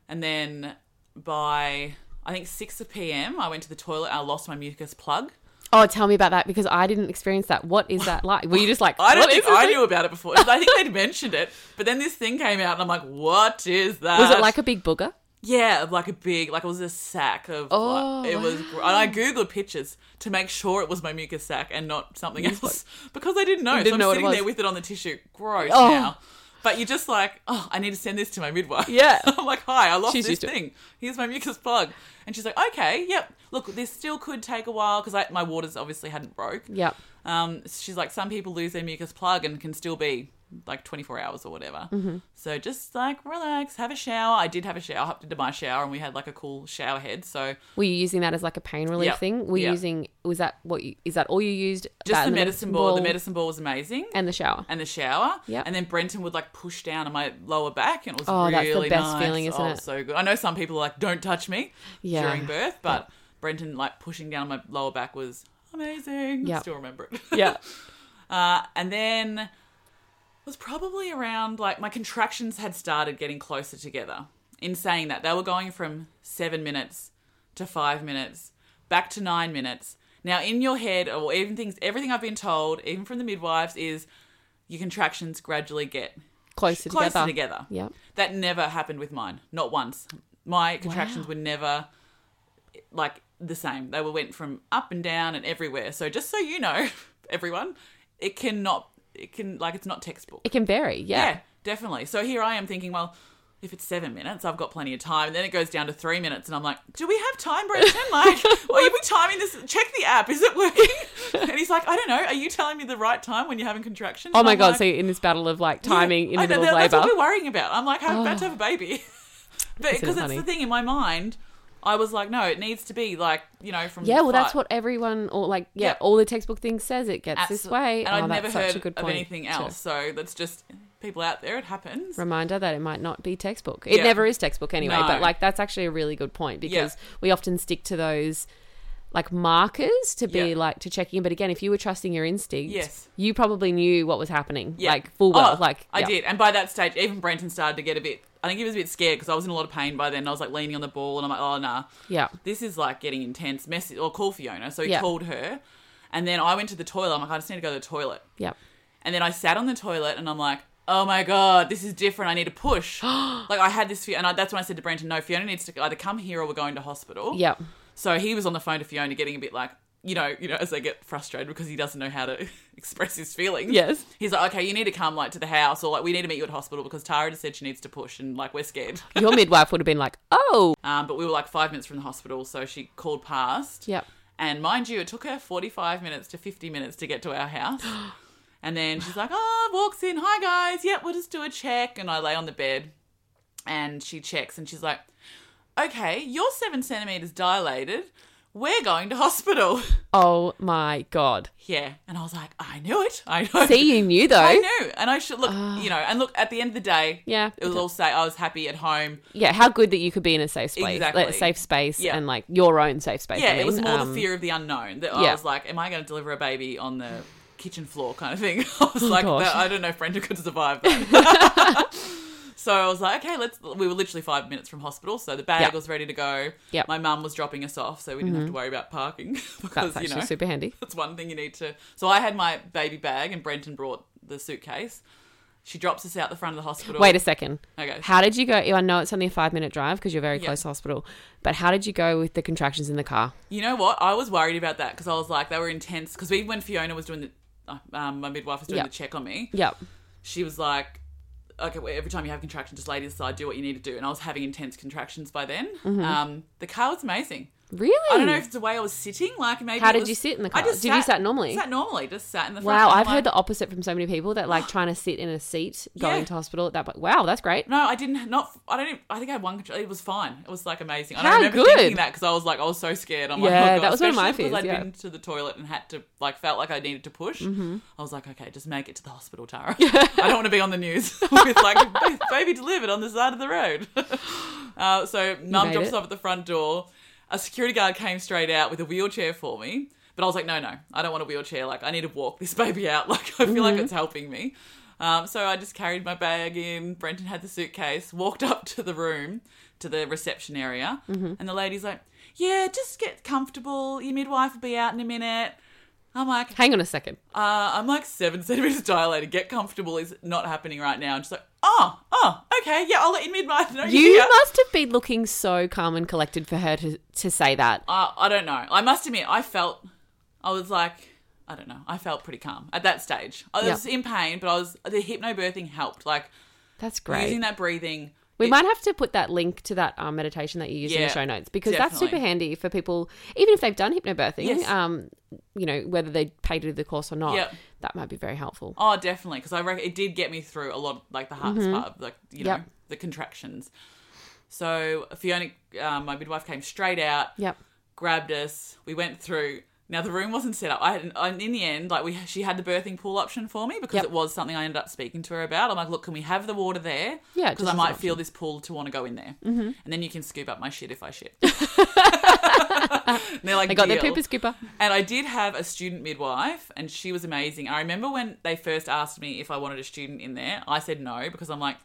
A: and then by I think six p.m. I went to the toilet. and I lost my mucus plug.
B: Oh, tell me about that because I didn't experience that. What is that like? Were you just like,
A: I don't
B: "What is
A: think
B: this
A: I
B: thing?"
A: knew about it before. I think they'd mentioned it, but then this thing came out, and I'm like, "What is that?"
B: Was it like a big booger?
A: yeah, of like a big like it was a sack of
B: Oh,
A: like, it was. gr- And I googled pictures to make sure it was my mucus sack and not something else because I didn't know.
B: didn't
A: so I'm
B: know what it
A: sitting there
B: was.
A: with it on the tissue. Gross
B: Oh.
A: now. But you're just like, oh, I need to send this to my midwife.
B: Yeah.
A: I'm like, hi, I lost
B: She's
A: this
B: used to it.
A: thing. Here's my mucus plug. And she's like, okay, yep. Look, this still could take a while because my waters obviously hadn't broke.
B: Yep.
A: Um, she's like, some people lose their mucus plug and can still be like 24 hours or whatever.
B: Mm-hmm.
A: So just like relax, have a shower. I did have a shower, I hopped into my shower, and we had like a cool shower head. So
B: Were you using that as like a pain relief
A: Yeah.
B: thing? Were you
A: Yeah.
B: using was that what you, is that all you used?
A: just
B: That
A: the,
B: and
A: medicine ball. The medicine ball was amazing.
B: and the shower.
A: and the shower.
B: Yep.
A: And then Brenton would like push down on my lower back, and it was
B: Oh, that's the
A: really
B: best
A: nice.
B: feeling, isn't
A: oh,
B: it?
A: So good. I know some people are like, "Don't touch me"
B: Yeah.
A: during birth, but Brenton like pushing down my lower back was amazing. I
B: Yep.
A: still remember it.
B: yeah.
A: Uh, and then it was probably around like my contractions had started getting closer together. In saying that, they were going from seven minutes to five minutes, back to nine minutes. Now, in your head, or even things, everything I've been told, even from the midwives, is your contractions gradually get
B: Closer together.
A: closer together.
B: Yeah.
A: That never happened with mine, not once. My contractions
B: Wow.
A: were never like the same. They were went from up and down and everywhere. So just so you know, everyone, it cannot. It can like it's not textbook.
B: It can vary.
A: Yeah.
B: Yeah.
A: definitely. So here I am thinking, well. If it's seven minutes, I've got plenty of time. And then it goes down to three minutes, and I'm like, "Do we have time, Brenton? Like, are we timing this? Check the app. Is it working?" And he's like, "I don't know. Are you telling me the right time when you're having contractions?"
B: Oh
A: And
B: my
A: I'm
B: god,
A: like,
B: so you're in this battle of like timing
A: I
B: in the
A: know,
B: middle of
A: that- That's
B: labor.
A: what we're worrying about. I'm like, I'm about to have a baby. but
B: Isn't it
A: because that's
B: funny?
A: the thing in my mind, I was like, no, it needs to be like, you know, from
B: Yeah, well that's
A: five-
B: what everyone or like yeah,
A: Yeah.
B: all the textbook thing says it gets
A: Abso-
B: this way.
A: And
B: oh,
A: I'd
B: that's
A: never
B: such
A: heard
B: a good
A: of
B: point
A: anything
B: to-
A: else. So that's just people out there. It happens.
B: reminder that it might not be textbook. It
A: Yeah.
B: never is textbook anyway,
A: No.
B: but like that's actually a really good point
A: Yeah.
B: because we often stick to those like markers to be
A: Yeah.
B: like to check in. But again, if you were trusting your instinct,
A: Yes.
B: you probably knew what was happening.
A: Yeah.
B: Like full well.
A: Oh,
B: like
A: I
B: yeah.
A: did. And by that stage, even Brenton started to get a bit. I think he was a bit scared because I was in a lot of pain by then. I was like leaning on the ball, and I'm like, oh nah.
B: Yeah.
A: this is like getting intense. Message or call Fiona. So he
B: Yeah.
A: called her, and then I went to the toilet. I'm like, I just need to go to the toilet.
B: Yeah.
A: And then I sat on the toilet and I'm like, oh my God, this is different. I need to push. like, I had this fear. And I, that's when I said to Brenton, no, Fiona needs to either come here or we're going to hospital.
B: Yeah.
A: So he was on the phone to Fiona getting a bit like, you know, you know, as they get frustrated because he doesn't know how to express his feelings.
B: Yes.
A: He's like, okay, you need to come like to the house or like we need to meet you at hospital because Tara just said she needs to push and like we're scared.
B: Your midwife would have been like, Oh
A: um, but we were like five minutes from the hospital, so she called past.
B: Yep.
A: And mind you, it took her 45 minutes to 50 minutes to get to our house. And then she's like, oh, walks in. Hi, guys. Yep, we'll just do a check. And I lay on the bed and she checks and she's like, okay, you're seven centimeters dilated. We're going to hospital.
B: Oh my god.
A: Yeah. And I was like, I knew it. I know.
B: See you knew though. Ah.
A: I knew. And I should look, you know, and look, at the end of the day,
B: Yeah.
A: it was all say I was happy at home.
B: Yeah, how good that you could be in a safe space. like,
A: Exactly.
B: safe space
A: Yeah.
B: and like your own safe space.
A: Yeah,
B: I
A: it was
B: mean.
A: more
B: Um,
A: the fear of the unknown that
B: yeah.
A: I was like, am I going to deliver a baby on the kitchen floor kind of thing? I was like,
B: Oh, gosh.
A: that, I don't know if Brenda could survive that. so I was like, okay, let's. We were literally five minutes from hospital, so the bag
B: Yep.
A: was ready to go.
B: Yep. Mm-hmm.
A: My mum was dropping us off, so we didn't have to worry about parking because
B: That's
A: you
B: actually
A: know
B: super handy.
A: that's one thing you need to. So I had my baby bag, and Brenton brought the suitcase. She drops us out the front of the hospital.
B: Wait a second.
A: Okay.
B: How did you go? I know it's only a five minute drive because you're very
A: Yeah.
B: close to hospital, but how did you go with the contractions in the car?
A: You know what? I was worried about that because I was like, they were intense. Because even when Fiona was doing the, uh, um, my midwife was doing
B: Yeah.
A: the check on me,
B: Yep.
A: she was like, okay, well, every time you have
B: Mm-hmm.
A: contractions, just lay to the side, do what you need to do. And I was having intense contractions by then. Um, the car was amazing.
B: Really?
A: I don't know if it's the way I was sitting. Like maybe.
B: How
A: it
B: did
A: was-
B: you sit in the
A: I
B: car?
A: just
B: Did you sat normally?
A: Sat normally, just sat in the front.
B: Wow,
A: I'm
B: I've
A: like-
B: heard the opposite from so many people that like trying to sit in a seat going
A: Yeah.
B: to hospital at that point. Wow, that's great.
A: No, I didn't. Not. I don't. Even, I think I had one control. It was fine. It was like amazing. I
B: How
A: don't remember
B: good.
A: thinking that because I was like, I was so scared. I'm like,
B: Yeah,
A: oh God.
B: that was one of my
A: especially
B: fears,
A: Because I'd
B: yeah. Mm-hmm.
A: been to the toilet and had to like felt like I needed to push. I was like, okay, just make it to the hospital, Tara. I don't want to be on the news with like ba- baby delivered on the side of the road. uh, so mum
B: made
A: drops
B: it.
A: off at the front door. A security guard came straight out with a wheelchair for me. But I was like, no, no, I don't want a wheelchair. Like, I need to walk this baby out. Like, I feel like
B: Mm-hmm.
A: it's helping me. Um, so I just carried my bag in. Brenton had the suitcase, walked up to the room, to the reception area.
B: Mm-hmm.
A: And the lady's like, yeah, just get comfortable. Your midwife will be out in a minute. I'm like,
B: Hang on a second.
A: uh, I'm like seven centimeters dilated. Get comfortable is not happening right now. And she's like, oh, oh, okay. Yeah, I'll let you midwife know.
B: You
A: yeah.
B: must have been looking so calm and collected for her to, to say that.
A: Uh, I don't know. I must admit, I felt, I was like, I don't know. I felt pretty calm at that stage. I
B: Yeah.
A: was in pain, but I was, the hypnobirthing helped. Like,
B: That's great.
A: using that breathing.
B: we
A: it-
B: might have to put that link to that um, meditation that you use in
A: Yeah,
B: the show notes because that's
A: definitely.
B: super handy for people, even if they've done hypnobirthing,
A: Yes.
B: um, you know, whether they pay to do the course or not,
A: Yep.
B: that might be very helpful.
A: Oh, definitely, because I reckon it did get me through a lot, like the hardest part, like you know,
B: Mm-hmm. Yep.
A: the contractions. So Fiona, um, my midwife, came straight out,
B: Yep.
A: grabbed us. We went through. Now the room wasn't set up. I had, and in the end, like we, she had the birthing pool option for me because
B: Yep.
A: it was something I ended up speaking to her about. I'm like, look, can we have the water there?
B: Yeah, just
A: because
B: as
A: I
B: an
A: might feel this pool to want to go in there, mm-hmm. and then you can scoop up my shit if I shit. And they're like,
B: They got their
A: deal.
B: pooper scooper.
A: And I did have a student midwife, and she was amazing. I remember when they first asked me if I wanted a student in there, I said no because I'm like,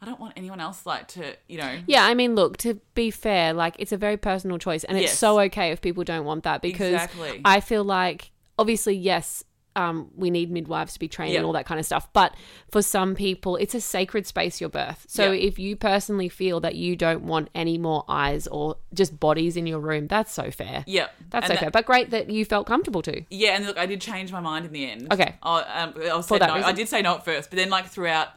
A: I don't want anyone else like to, you know.
B: Yeah, I mean, look, to be fair, like it's a very personal choice, and it's
A: Yes.
B: so okay if people don't want that because
A: Exactly.
B: I feel like, obviously, yes, um, we need midwives to be trained
A: Yeah.
B: and all that kind of stuff, but for some people, it's a sacred space, your birth. So
A: Yeah.
B: if you personally feel that you don't want any more eyes or just bodies in your room, that's so fair.
A: Yeah, And
B: That's so
A: that-
B: fair, but great that you felt comfortable to.
A: Yeah, and look, I did change my mind in the end.
B: Okay.
A: I, um, I said
B: that
A: no.
B: reason.
A: I did say no at first, but then like throughout,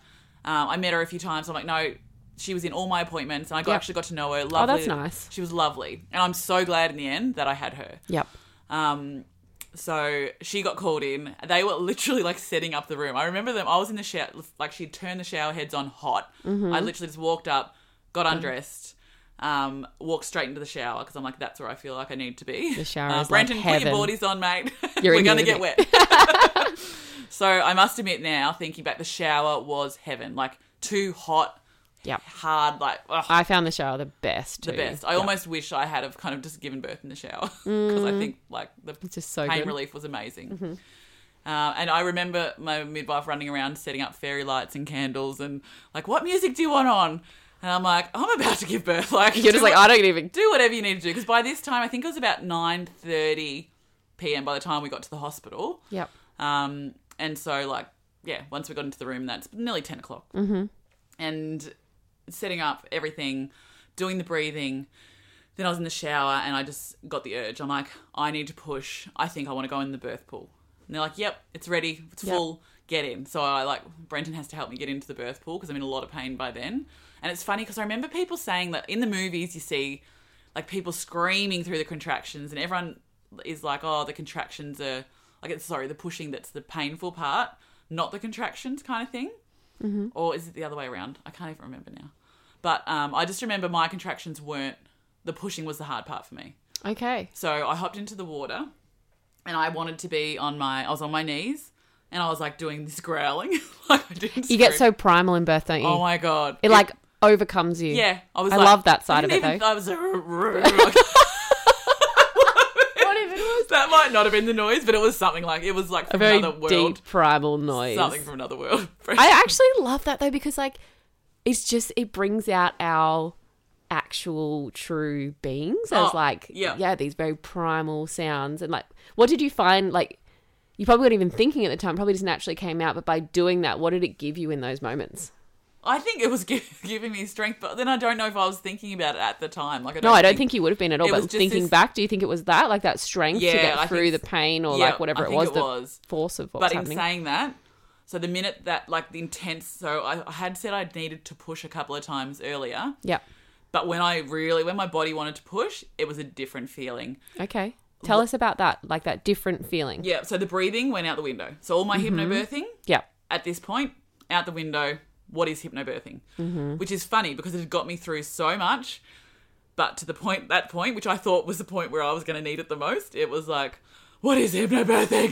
A: um, I met her a few times. I'm like, no, she was in all my appointments, and I got,
B: Yep. Oh,
A: actually got to know her. Lovely.
B: that's nice.
A: She was lovely, and I'm so glad in the end that I had her.
B: Yep.
A: Um, so she got called in. They were literally like setting up the room. I remember them. I was in the shower, like she'd turned the shower heads on hot.
B: Mm-hmm.
A: I literally just walked up, got undressed, um, walked straight into the shower because I'm like, that's where I feel like I need to be. The
B: shower is like
A: Brenton, put
B: heaven.
A: your boardies on, mate.
B: You're
A: We're
B: in
A: gonna
B: here
A: get
B: with
A: wet. so I must admit now, thinking back, the shower was heaven. Like too hot,
B: Yep.
A: hard, like ugh
B: I found the shower the best.
A: the
B: too.
A: best. I almost wish I had have kind of just given birth in the shower because I think like the
B: Mm. just so
A: pain
B: good. Mm-hmm.
A: relief was amazing. Uh, and I remember my midwife running around setting up fairy lights and candles and like, what music do you want on? And I'm like, I'm about to give birth. Like
B: You're just
A: do
B: like, I don't even.
A: do whatever you need to do because by this time I think it was about 9:30 p.m. by the time we got to the hospital.
B: Yep.
A: Um, and so like, yeah, once we got into the room, that's nearly ten o'clock, mm-hmm. and setting up everything, doing the breathing. Then I was in the shower and I just got the urge. I'm like, I need to push. I think I want to go in the birth pool. And they're like, Yep, it's ready. It's
B: Yep.
A: full. Get in. So I like Brenton has to help me get into the birth pool because I'm in a lot of pain by then. And it's funny because I remember people saying that in the movies you see like people screaming through the contractions and everyone is like oh the contractions are like it's sorry the pushing that's the painful part not the contractions kind of thing or is it the other way around i can't even remember now but um, i just remember my contractions weren't the pushing was the hard part for me
B: Okay.
A: so I hopped into the water and I wanted to be on my I was on my knees and I was like doing this growling like I didn't
B: You get
A: scream.
B: so primal in birth, don't you?
A: Oh my god.
B: it like overcomes you.
A: Yeah, I was
B: I
A: like-
B: love that side of
A: didn't
B: it,
A: even-
B: though.
A: I was like, that might not have been the noise, but it was something like it was like
B: a
A: from
B: very
A: another world.
B: deep primal noise.
A: Something from another world.
B: I actually love that though because like it's just it brings out our actual true beings
A: Oh,
B: as like
A: yeah.
B: these very primal sounds and like what did you find like you probably weren't even thinking at the time probably just naturally came out but by doing that what did it give you in those moments
A: I think it was gi- giving me strength, but then I don't know if I was thinking about it at the time. Like I
B: no
A: don't
B: I don't think you would have been at all
A: it was
B: but
A: just
B: thinking
A: this-
B: back do you think it was that like that strength to
A: Yeah,
B: get
A: I
B: through
A: think
B: the pain or
A: yeah,
B: like
A: I
B: whatever it
A: think
B: was
A: it
B: the
A: was.
B: force of what
A: but
B: was
A: in
B: happening
A: saying that so the minute that like the intense so I, I had said i needed to push a couple of times earlier
B: yeah
A: But when I really, when my body wanted to push, it was a different feeling.
B: Okay. Tell us about that, like that different feeling.
A: Yeah. So the breathing went out the window. So all my
B: Mm-hmm.
A: hypnobirthing
B: Yeah.
A: at this point, out the window. What is hypnobirthing? Mm-hmm. Which is funny because it had got me through so much. But to the point, that point, which I thought was the point where I was going to need it the most, it was like, what is hypnobirthing?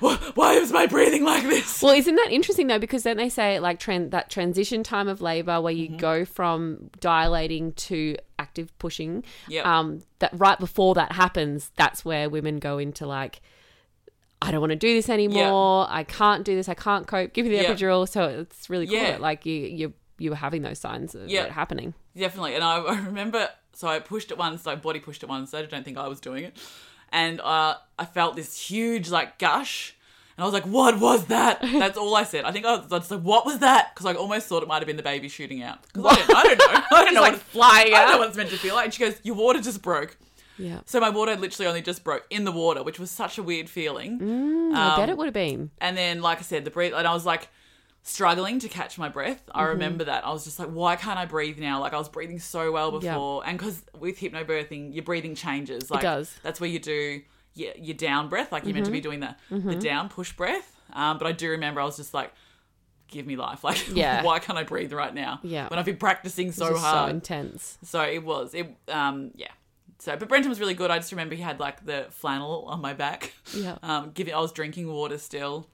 A: why, why is my breathing like this?
B: Well, isn't that interesting though? Because then they say like tran- that transition time of labor where
A: Mm-hmm.
B: you go from dilating to active pushing.
A: Yep.
B: Um, that right before that happens, that's where women go into like, I don't want to do this anymore. I can't do this. I can't cope. Give me the
A: Yeah.
B: epidural. So it's really cool.
A: Yeah.
B: That, like you, you, you were having those signs of
A: Yeah.
B: it happening.
A: Definitely. And I, I remember, so I pushed it once, I body pushed it once. I don't think I was doing it. And uh, I felt this huge, like, gush. And I was like, what was that? That's all I said. I think I was, I was like, what was that? Because I almost thought it might have been the baby shooting out. 'Cause I don't, I don't know. I don't know,
B: like
A: what, I
B: flying
A: don't know
B: out.
A: what it's meant to feel like. And she goes, your water just broke.
B: Yeah.
A: So my water literally only just broke in the water, which was such a weird feeling.
B: I
A: Um,
B: bet it would have been.
A: And then, like I said, the breath, and I was like struggling to catch my breath. I
B: Mm-hmm.
A: remember that. I was just like, why can't I breathe now? Like, I was breathing so well
B: Yeah.
A: before. And 'cause And because with hypnobirthing, your breathing changes. Like,
B: does. Mm-hmm.
A: That's where you do your, your down breath. Like, you're meant to be doing the, the down push breath. Um, but I do remember I was just like, give me life. Like,
B: Yeah.
A: why can't I breathe right now?
B: Yeah.
A: When I've been practicing so
B: Just so
A: hard.
B: intense.
A: So it was. It um yeah. So but Brenton was really good. I just remember he had like the flannel on my back.
B: Yeah.
A: Um giving I was drinking water still.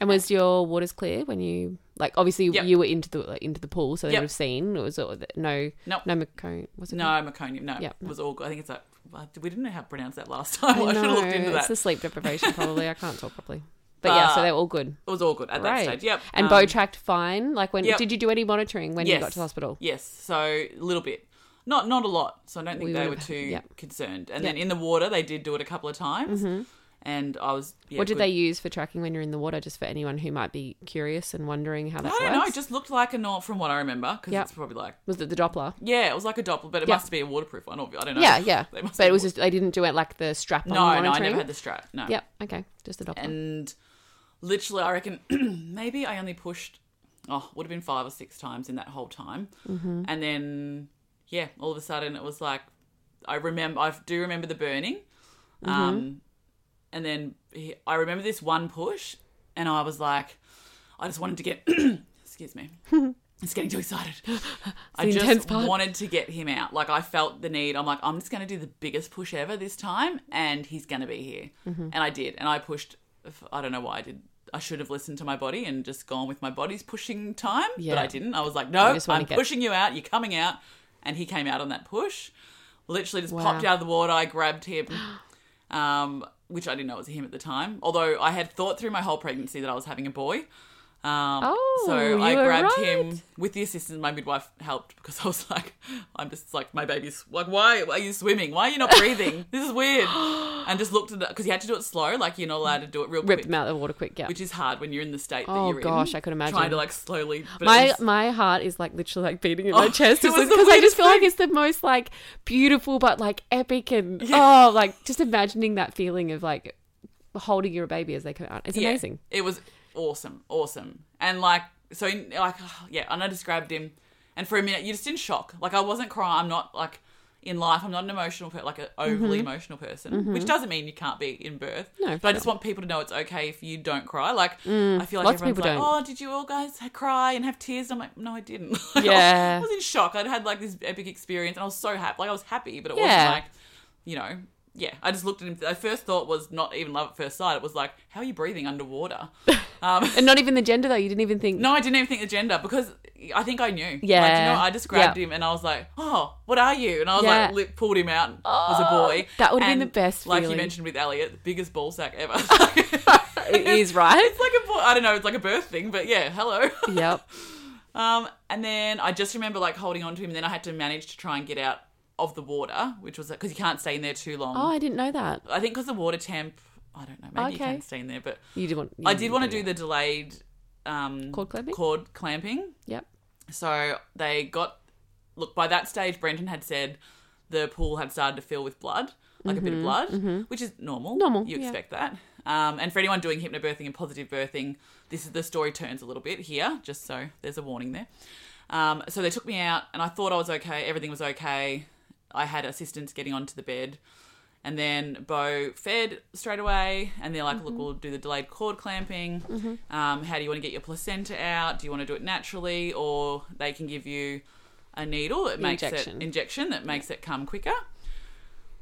B: And was your waters clear when you like? Obviously,
A: Yep.
B: you were into the like, into the pool, so they
A: Yep.
B: would have seen. It was all- no,
A: Nope.
B: no macone. Was it
A: No, meconium. No.
B: Yep.
A: It was all good. I think it's like well, we didn't know how to pronounce that last time. I,
B: I
A: should have
B: know,
A: looked into
B: It's
A: that.
B: the sleep deprivation, probably. I can't talk properly. But yeah, so
A: But-
B: they're all good,
A: It was all good at that
B: right?
A: stage. Yep.
B: And
A: Um,
B: bow tracked fine. Like when
A: yep.
B: did you do any monitoring when you
A: Yes.
B: got to the hospital?
A: Yes. So a little bit. Not not a lot. So I don't think
B: We
A: they were
B: would've-
A: too
B: yep.
A: concerned. And
B: Yep. Mm-hmm.
A: then in the water they did do it a couple of times. And I was yeah,
B: what did
A: good.
B: they use for tracking when you're in the water? Just for anyone who might be curious and wondering how that
A: I don't know,
B: works.
A: it just looked like a knot from what I remember, because
B: Yep.
A: it's probably like
B: was it the Doppler?
A: Yeah, it was like a Doppler, but it
B: Yeah.
A: must be a waterproof one. obvi- I don't know.
B: Yeah, yeah.
A: They must
B: But
A: be
B: it was just they didn't do it like the strap on
A: no, no. I
B: monitoring.
A: never had the strap. No.
B: Yep. Okay. Just the Doppler.
A: And literally, I reckon maybe I only pushed. Oh, would have been five or six times in that whole time,
B: Mm-hmm.
A: and then yeah, all of a sudden it was like I remember. I do remember the burning,
B: Mm-hmm.
A: um, and then he, I remember this one push, and I was like, I just wanted to get. excuse me. It's getting too excited. I
B: the intense
A: just
B: part.
A: wanted to get him out. Like I felt the need. I'm like, I'm just going to do the biggest push ever this time, and he's going to be here.
B: Mm-hmm.
A: And I did, and I pushed. I don't know why I did. I should have listened to my body and just gone with my body's pushing time,
B: Yeah.
A: but I didn't. I was like, no,
B: just wanna
A: I'm
B: get-
A: pushing you out. You're coming out, and he came out on that push. Literally just
B: Wow.
A: popped out of the water. I grabbed him. Um, which I didn't know was him at the time. Although I had thought through my whole pregnancy that I was having a boy. Um,
B: Oh,
A: so
B: you
A: I
B: were
A: grabbed
B: right.
A: him with the assistance. My midwife helped because I was like, I'm just like, my baby's like, why are you swimming? Why are you not breathing? this is weird. And just looked at it because you had to do it slow. Like you're not allowed to do it real
B: Rip
A: quick,
B: them out of the water quick. Yeah.
A: which is hard when you're in the state that
B: Oh,
A: you're in.
B: gosh, I could
A: Trying
B: imagine.
A: to like slowly. But
B: my
A: it was-
B: my heart is like literally like beating in my
A: Oh,
B: chest
A: it
B: because
A: was the
B: I just
A: weirdest
B: feel like it's the most like beautiful but like epic and oh like just imagining that feeling of like holding your baby as they come out. It's
A: Yeah.
B: amazing.
A: It was awesome, awesome, and like so, in, like yeah. And I just grabbed him, and for a minute, you're just in shock. Like I wasn't crying. I'm not like in life. I'm not an emotional, per- like an overly emotional person, which doesn't mean you can't be in birth.
B: Mm-hmm. No,
A: but I
B: sure. Mm.
A: just want people to know it's okay if you don't cry. Like I feel like
B: lots of
A: everyone's
B: people
A: like,
B: don't.
A: oh, did you all guys cry and have tears? And I'm like, no, I didn't. Like,
B: Yeah.
A: I was in shock. I'd had like this epic experience, and I was so happy. Like I was happy, but it
B: Yeah.
A: wasn't like you know, yeah, I just looked at him. The first thought was not even love at first sight. It was like, how are you breathing underwater? Um,
B: And not even the gender though. You didn't even think.
A: no, I didn't even think the gender because I think I knew. Like, you
B: Yeah.
A: know, I just grabbed
B: Yeah.
A: him and I was like, oh, what are you? And I was
B: Yeah. Oh,
A: like, lip, pulled him out and was a boy.
B: that would've been
A: And
B: the best
A: Like
B: feeling.
A: you mentioned with Elliot, the biggest ball sack ever.
B: It is right.
A: It's like a boy. I don't know. It's like a birth thing, but yeah, hello.
B: yep.
A: Um, and then I just remember like holding on to him. And then I had to manage to try and get out of the water, which was because you can't stay in there too long.
B: Oh, I didn't know that.
A: I think because the water temp, I don't know, maybe you
B: Okay.
A: can stay in there, but
B: You did want. You
A: I did want to do
B: it.
A: the delayed um,
B: Cord clamping?
A: Cord clamping.
B: Yep.
A: So they got look by that stage. Brenton had said the pool had started to fill with blood, like a bit of blood, which is normal.
B: Mm-hmm, Normal,
A: you
B: yeah.
A: expect that. Um, and for anyone doing hypnobirthing and positive birthing, this is the story turns a little bit here, just so there's a warning there. Um, so they took me out, and I thought I was okay. Everything was okay. I had assistance getting onto the bed. And then Bo fed straight away, and they're like, "Look, we'll do the delayed cord clamping. Um, how do you want to get your placenta out? Do you want to do it naturally, or they can give you a needle that makes it
B: Injection.
A: injection that makes it come quicker?"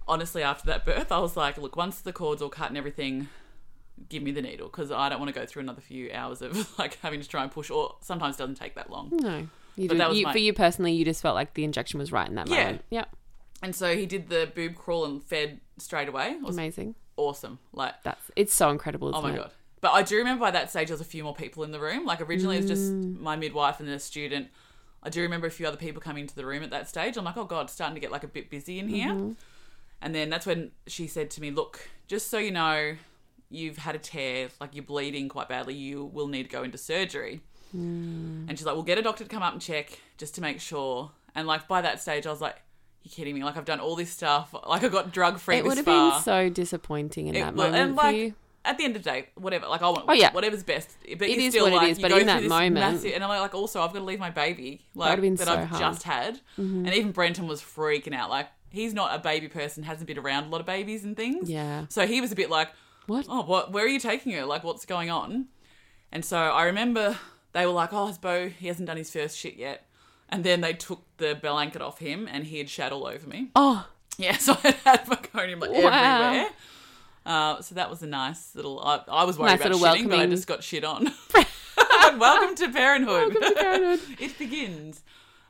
A: Honestly, after that birth, I was like, "Look, once the cord's all cut and everything, give me the needle because I don't want to go through another few hours of like having to try and push. Or sometimes it doesn't take that long."
B: No. You
A: But
B: do,
A: that was
B: you,
A: my-
B: For you personally, you just felt like the injection was right in that
A: Yeah.
B: moment. Yeah.
A: And so he did the boob crawl and fed straight away. It was
B: Amazing.
A: awesome. Like,
B: That's it's so incredible. Isn't
A: oh my
B: it?
A: god. But I do remember by that stage there was a few more people in the room. Like originally it was just
B: Mm.
A: my midwife and then a student. I do remember a few other people coming into the room at that stage. I'm like, oh god, it's starting to get like a bit busy in here.
B: Mm-hmm.
A: And then that's when she said to me, look, just so you know, you've had a tear, like you're bleeding quite badly. You will need to go into surgery.
B: Mm.
A: And she's like, we'll get a doctor to come up and check just to make sure. And like by that stage, I was like, you kidding me? Like I've done all this stuff. Like I got drug free.
B: It would have been so disappointing in that
A: It- well,
B: moment
A: and,
B: for
A: like,
B: you.
A: At the end of the day, whatever. Like I want,
B: Oh, yeah.
A: whatever's best. But
B: It
A: you
B: is
A: still
B: what it
A: like,
B: is,
A: you
B: but
A: go
B: in
A: through
B: that
A: this
B: moment-
A: massive, and I'm like, also I've got to leave my baby, like
B: would've been
A: that
B: so
A: I've
B: hard. Mm-hmm.
A: just had, and even Brenton was freaking out. Like he's not a baby person, hasn't been around a lot of babies and things.
B: Yeah.
A: So he was a bit like,
B: What?
A: Oh, what? Where are you taking her? Like, what's going on? And so I remember they were like, "Oh, his Bo, he hasn't done his first shit yet." And then they took the blanket off him, and he had shat all over me.
B: Oh,
A: Yeah, so I had meconium like,
B: Wow.
A: everywhere. Uh, so that was a nice little. I, I was worried
B: Nice
A: about shitting,
B: little
A: but I
B: welcoming.
A: just got shit on. But welcome to parenthood.
B: welcome to parenthood.
A: it begins.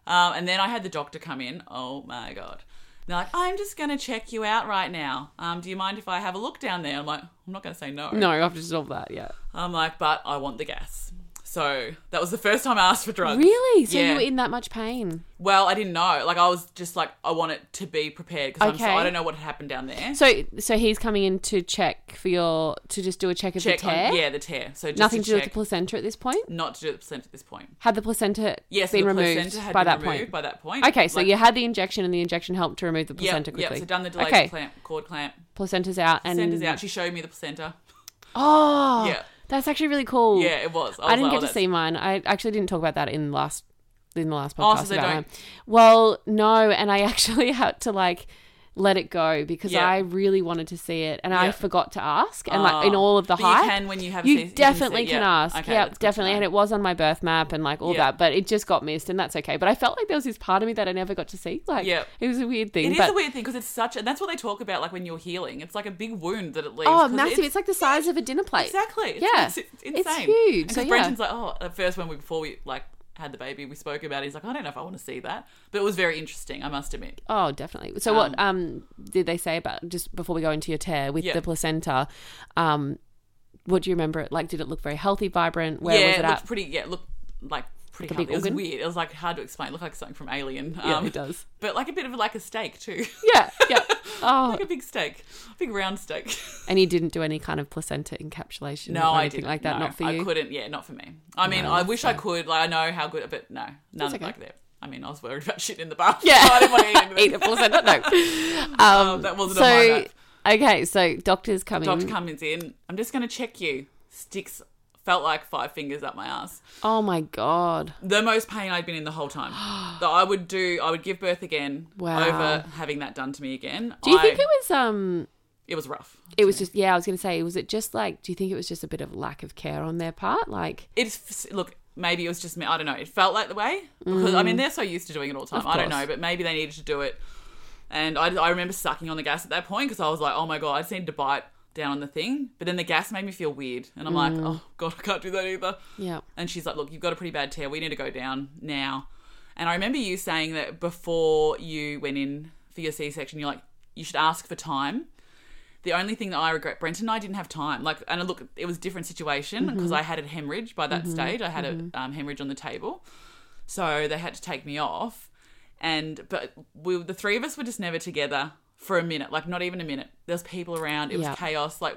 A: Um, and then I had the doctor come in. Oh my god! And they're like, "I'm just going to check you out right now. Um, do you mind if I have a look down there?" I'm like, "I'm not going to say no."
B: no, I've just solved that. Yeah.
A: I'm like, "But I want the gas." So that was the first time I asked for drugs.
B: Really? So
A: Yeah.
B: you were in that much pain.
A: Well, I didn't know. Like, I was just like, I want it to be prepared because so,
B: Okay.
A: I don't know what had happened down there.
B: So so he's coming in to check for your to just do a check of
A: check
B: the tear.
A: on yeah the tear. So just
B: Nothing
A: to,
B: to, do
A: check,
B: with the placenta at this point.
A: not to do with the placenta at this point.
B: Had the placenta
A: Yes,
B: been
A: the
B: removed
A: placenta had
B: by
A: been
B: that
A: removed
B: point?
A: by that point.
B: Okay, so
A: Like-
B: you had the injection, and the injection helped to remove the
A: Yep,
B: placenta quickly.
A: Yep, so done the delayed
B: Okay,
A: clamp, cord clamp.
B: placenta's out, and
A: Placenta's out. She showed me the placenta.
B: oh,
A: Yeah.
B: that's actually really cool.
A: Yeah, it was.
B: I,
A: was
B: didn't
A: like,
B: get
A: oh,
B: to
A: that's-
B: see mine. I actually didn't talk about that in the last in the last
A: Oh,
B: podcast
A: so they
B: about
A: don't-
B: mine. Well, no, and I actually had to like let it go because
A: Yeah.
B: I really wanted to see it, and I
A: Yeah.
B: forgot to ask. And like in
A: Oh.
B: all of the
A: But
B: hype,
A: you can when you have.
B: you
A: a C-
B: definitely
A: see-
B: can
A: yeah.
B: ask.
A: Okay,
B: yeah,
A: that's good to
B: definitely.
A: know.
B: And it was on my birth map and like all
A: Yeah.
B: that, but it just got missed, and that's okay. But I felt like there was this part of me that I never got to see. Like,
A: Yeah.
B: it was a weird thing.
A: It is
B: but
A: a weird thing because it's such, and that's what they talk about. Like when you're healing, it's like a big wound that it leaves.
B: oh,
A: 'cause
B: massive! It's, like the size of a dinner plate.
A: Exactly. It's,
B: Yeah.
A: It's, it's
B: It's
A: insane.
B: huge.
A: And
B: So,
A: 'cause
B: yeah.
A: Brenton's like, oh, at first when we before we like had the baby, we spoke about. it. He's like, I don't know if I want to see that, but it was very interesting. I must admit.
B: Oh, definitely. So, what um did they say about just before we go into your tear with
A: Yeah.
B: the placenta? Um, what do you remember? It like, did it look very healthy, vibrant? Where
A: yeah,
B: was it
A: looked
B: at?
A: pretty. Yeah, it looked like pretty.
B: a big
A: healthy. it was
B: organ?
A: weird. It was like hard to explain. It looked like something from Alien.
B: yeah,
A: Um,
B: it does.
A: But like a bit of like a steak too,
B: Yeah, yeah. Oh,
A: like a big steak, big round steak.
B: and you didn't do any kind of placenta encapsulation
A: No,
B: or
A: I
B: anything
A: didn't
B: like that.
A: No,
B: Not for
A: I
B: you.
A: couldn't. Yeah, not for me. I mean, I wish I could. Like I know how good, but no, none
B: okay.
A: like that. I mean, I was worried about shit in the bath.
B: Yeah.
A: so I didn't want to eat anything.
B: Eat a placenta? No. Um,
A: that wasn't
B: so,
A: on my map.
B: Okay, so doctors coming.
A: Doctor comes in. I'm just going to check you. Sticks felt like five fingers up my ass.
B: oh my god.
A: The most pain I'd been in the whole time. that I would do. I would give birth again.
B: Wow.
A: Over having that done to me again.
B: Do you
A: I,
B: think it was um
A: it was rough?
B: it was just yeah, I was going to say was it just like do you think it was just a bit of lack of care on their part? Like
A: it's look maybe it was just me i don't know it felt like the way because i mean they're so used to doing it all the time
B: Mm. Of
A: i don't
B: course.
A: know but maybe they needed to do it and i, I remember sucking on the gas at that point because i was like oh my god i just need to bite down on the thing but then the gas made me feel weird and i'm like
B: Mm.
A: oh god i can't do that either
B: yeah.
A: and she's like look you've got a pretty bad tear we need to go down now and i remember you saying that before you went in for your c-section you're like you should ask for time the only thing that I regret, Brent and I didn't have time. Like, and look, it was a different situation
B: Mm-hmm.
A: because I had a hemorrhage by that stage. I had a um, hemorrhage on the table, so they had to take me off. And but we, the three of us were just never together for a minute. Like, not even a minute. There was people around. It
B: Yeah.
A: was chaos. Like,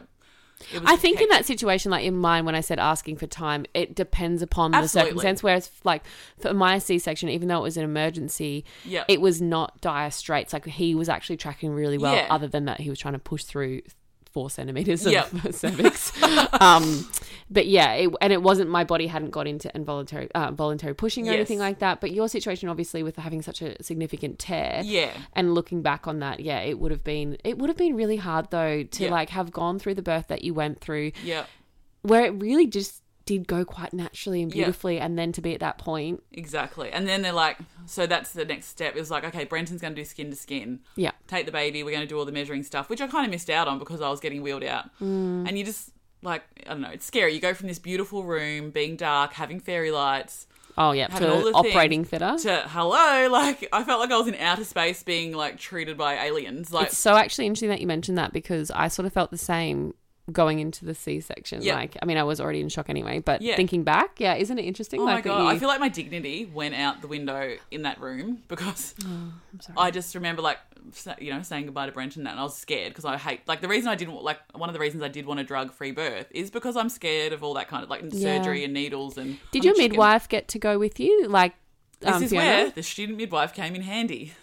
A: it was
B: I think in
A: hectic.
B: that situation, like in mine, when I said asking for time, it depends upon
A: Absolutely.
B: the circumstance. Whereas, like for my C section, even though it was an emergency,
A: Yeah.
B: it was not dire straits. Like he was actually tracking really well.
A: Yeah.
B: Other than that, he was trying to push through four centimeters of
A: Yep.
B: cervix. um, but yeah, it, and it wasn't my body hadn't got into involuntary uh, voluntary pushing or
A: Yes.
B: anything like that. But your situation, obviously, with having such a significant tear,
A: Yeah.
B: and looking back on that, yeah, it would have been it would have been really hard though to
A: Yeah.
B: like have gone through the birth that you went through,
A: Yeah.
B: where it really just did go quite naturally and
A: Yeah.
B: beautifully, and then to be at that point,
A: Exactly. And then they're like, so that's the next step. It was like, okay, Brenton's going to do skin to skin.
B: yeah,
A: Take the baby. We're going to do all the measuring stuff, which I kind of missed out on because I was getting wheeled out. Mm. And you just, like, I don't know, it's scary. You go from this beautiful room, being dark, having fairy lights,
B: oh yeah,
A: Having
B: to
A: all the
B: operating theatre.
A: to hello. Like, I felt like I was in outer space being, like, treated by aliens. Like,
B: It's so actually interesting that you mentioned that because I sort of felt the same going into the C section.
A: Yeah.
B: Like, I mean, I was already in shock anyway, but
A: Yeah.
B: thinking back, yeah, isn't it interesting?
A: oh my
B: like, that
A: God.
B: you-
A: I feel like my dignity went out the window in that room because
B: Oh, I'm sorry.
A: I just remember like sa- you know saying goodbye to Brent and that, and I was scared because I hate like the reason I didn't like one of the reasons I did want a drug free birth is because I'm scared of all that kind of like
B: Yeah.
A: surgery and needles and. I'm
B: Did your
A: a chicken.
B: midwife get to go with you? Like,
A: This
B: um,
A: is
B: Fiona? Ah.
A: where the student midwife came in handy.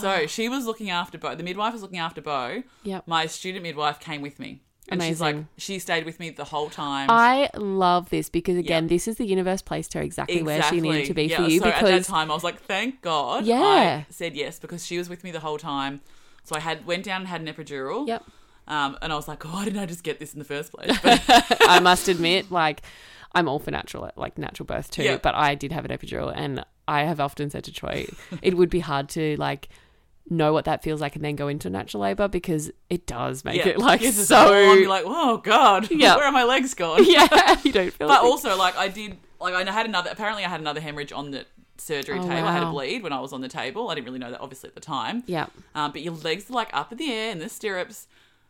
A: So she was looking after Bo. The midwife was looking after Bo.
B: Yep.
A: My student midwife came with me. And she's like,
B: Amazing.
A: she stayed with me the whole time.
B: I love this because again,
A: Yeah.
B: this is the universe placed her exactly, where she needed to be
A: Yeah,
B: for you
A: so at that
B: because
A: time I was like, thank God.
B: Yeah.
A: I said yes because she was with me the whole time. So I had went down and had an epidural.
B: Yep.
A: Um, and I was like, oh, why didn't I just get this in the first place? But
B: I must admit, like I'm all for natural, like natural birth too.
A: Yeah.
B: But I did have an epidural, and I have often said to Troy, it would be hard to like know what that feels like and then go into natural labor because it does make
A: yeah,
B: it like
A: it's just
B: so.
A: full on, you're like, oh God,
B: Yeah.
A: where are my legs gone?
B: yeah, you don't feel.
A: But
B: like-
A: also, like, I did, like, I had another. Apparently, I had another hemorrhage on the surgery
B: Oh,
A: table. I had a
B: wow.
A: bleed when I was on the table. I didn't really know that, obviously, at the time.
B: yeah,
A: Um, but your legs are like up in the air in the stirrups.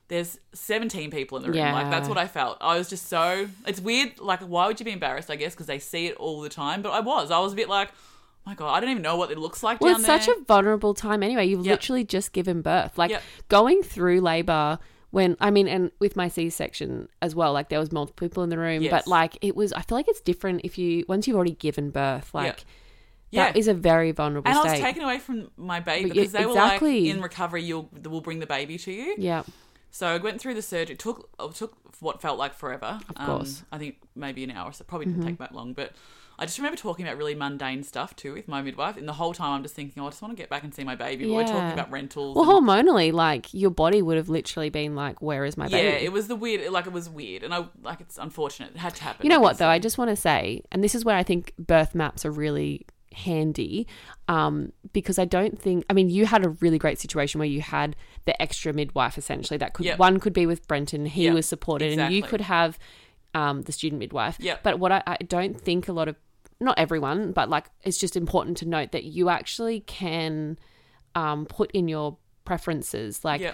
A: There's 17 people in the room. Like
B: Yeah.
A: that's what I felt. I was just so. It's weird. Like why would you be embarrassed? I guess because they see it all the time. But I was. I was a bit like, oh my god, I don't even know what it looks like
B: well,
A: down
B: it's
A: there.
B: such a vulnerable time anyway. You've
A: Yep.
B: literally just given birth, like
A: Yep.
B: going through labor. When I mean, and with my C-section as well, like there was multiple people in the room,
A: Yes.
B: but like it was, I feel like it's different if you once you've already given birth, like
A: yeah.
B: That is a very vulnerable
A: and I
B: state.
A: was taken away from my baby
B: But yeah,
A: because they were
B: exactly.
A: like in recovery. You'll we'll bring the baby to you.
B: yeah.
A: So I went through the surgery. It took it took what felt like forever. Of
B: course. Mm-hmm.
A: I think maybe an hour. So it probably didn't take that long. But I just remember talking about really mundane stuff too with my midwife. And the whole time I'm just thinking, oh, I just want to get back and see my baby. But We're
B: Yeah.
A: talking about rentals.
B: Well,
A: and-
B: hormonally, like your body would have literally been like, "Where is my
A: yeah,
B: baby?"
A: it was the weird. Like it was weird, and I like it's unfortunate. It had to happen.
B: you know what though? I just want to say, and this is where I think birth maps are really handy, um, because I don't think. I mean, you had a really great situation where you had the extra midwife essentially. That could
A: Yep.
B: one could be with Brenton, he
A: Yep,
B: was supported, and you
A: exactly.
B: could have um, the student midwife.
A: Yep.
B: But what I, I don't think a lot of not everyone, but like it's just important to note that you actually can um, put in your preferences, like.
A: Yeah,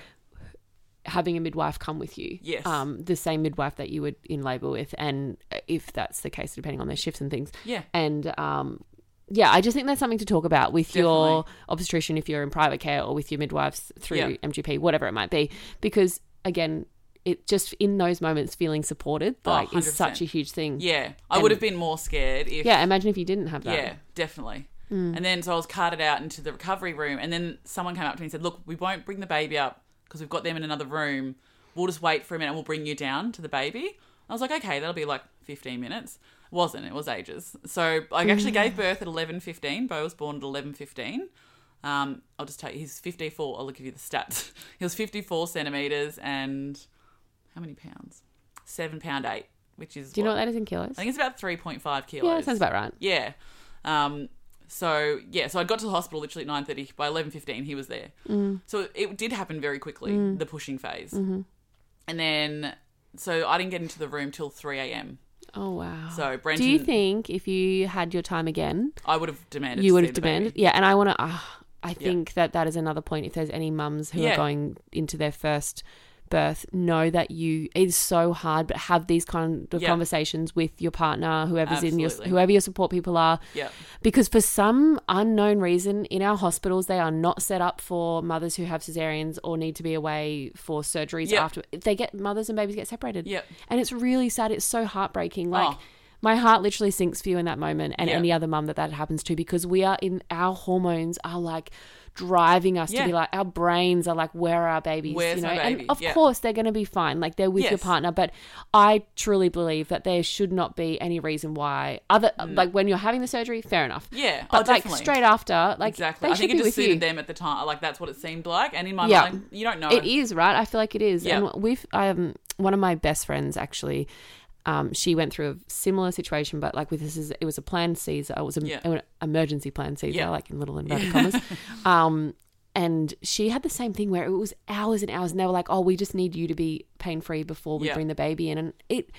B: having a midwife come with you.
A: Yes.
B: Um, the same midwife that you would in labour with, and if that's the case, depending on their shifts and things.
A: yeah,
B: And um, yeah, I just think that's something to talk about with your obstetrician if you're in private care or with your midwives through
A: Yeah.
B: MGP, whatever it might be, because again, it just in those moments feeling supported
A: Oh,
B: like is such
A: 100%.
B: a huge thing.
A: yeah. I would have been more scared if
B: Yeah, Imagine if you didn't have that.
A: Yeah, definitely.
B: Mm.
A: And then so I was carted out into the recovery room, and then someone came up to me and said, "Look, we won't bring the baby up because we've got them in another room. We'll just wait for a minute, and we'll bring you down to the baby." I was like, "Okay, that'll be like 15 minutes." It wasn't. It was ages. So I
B: Mm.
A: actually gave birth at 11:15. Bo was born at 11:15. Um, I'll just tell you, he's 54. I'll give you the stats. he was 54 centimeters and how many pounds? Seven pound eight, which is
B: Do you know
A: what-
B: what that is in kilos?
A: I think it's about 3.5 kilos.
B: Yeah, that sounds about right.
A: Yeah. Um, so yeah, so I got to the hospital literally at nine thirty. By eleven fifteen, he was there. Mm. So it did happen very quickly.
B: Mm.
A: The pushing phase,
B: Mm-hmm.
A: and then so I didn't get into the room till three a.m.
B: Oh wow.
A: So Brenton,
B: Do you think if you had your time again,
A: I would have demanded.
B: you
A: to
B: would
A: see
B: have
A: the baby.
B: demanded yeah and i want to uh, i think that that is another point if there's any mums who are
A: Yeah.
B: going into their first birth know that you it's so hard but have these kind of
A: Yeah.
B: conversations with your partner whoever's in your
A: Absolutely.
B: whoever your support people are
A: Yeah.
B: because for some unknown reason in our hospitals they are not set up for mothers who have cesareans or need to be away for surgeries
A: Yeah.
B: after they get mothers and babies get separated
A: Yeah.
B: and it's really sad it's so heartbreaking like
A: Oh.
B: my heart literally sinks for you in that moment and
A: Yeah.
B: any other mum that that happens to because we are in our hormones are like driving us
A: Yeah.
B: to be like our brains are like where are our babies
A: Where's
B: you know
A: my
B: and
A: baby?
B: of
A: Yeah.
B: course they're going to be fine like they're with your
A: Yes.
B: partner but i truly believe that there should not be any reason why other like when you're having the surgery fair enough
A: Yeah.
B: but
A: Mm. Oh,
B: like
A: definitely.
B: straight after like
A: Exactly.
B: they
A: I
B: should
A: think it
B: be
A: just
B: with
A: suited
B: you
A: them at the time. Like that's what it seemed like. And in my
B: Yeah.
A: mind, you don't know.
B: it is right i feel like it is
A: Yeah.
B: and we've um one of my best friends actually um she went through a similar situation but like with this is it was a planned caesar it was an
A: Yeah.
B: an emergency planned caesar
A: Yeah.
B: like in little inverted commas um and she had the same thing where it was hours and hours and they were like oh we just need you to be pain free before we
A: Yeah.
B: bring the baby in and it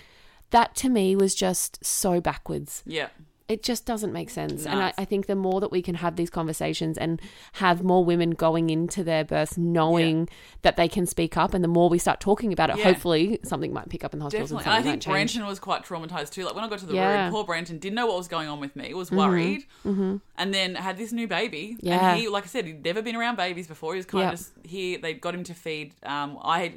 B: that to me was just so backwards
A: Yeah.
B: it just doesn't make sense. And
A: No,
B: I,
A: it's-
B: I think the more that we can have these conversations and have more women going into their births knowing that they can speak up, and the more we start talking about it,
A: Yeah.
B: hopefully something might pick up in the hospitals
A: Definitely. And I
B: and something
A: think
B: might change.
A: Brenton was quite traumatized too. Like when I got to the
B: Yeah. Mm-hmm.
A: room, poor Brenton didn't know what was going on with me, was worried, and then had this new baby.
B: Yeah.
A: And he, like I said, he'd never been around babies before. He was kind
B: Yeah.
A: of just here. They got him to feed. Um, I had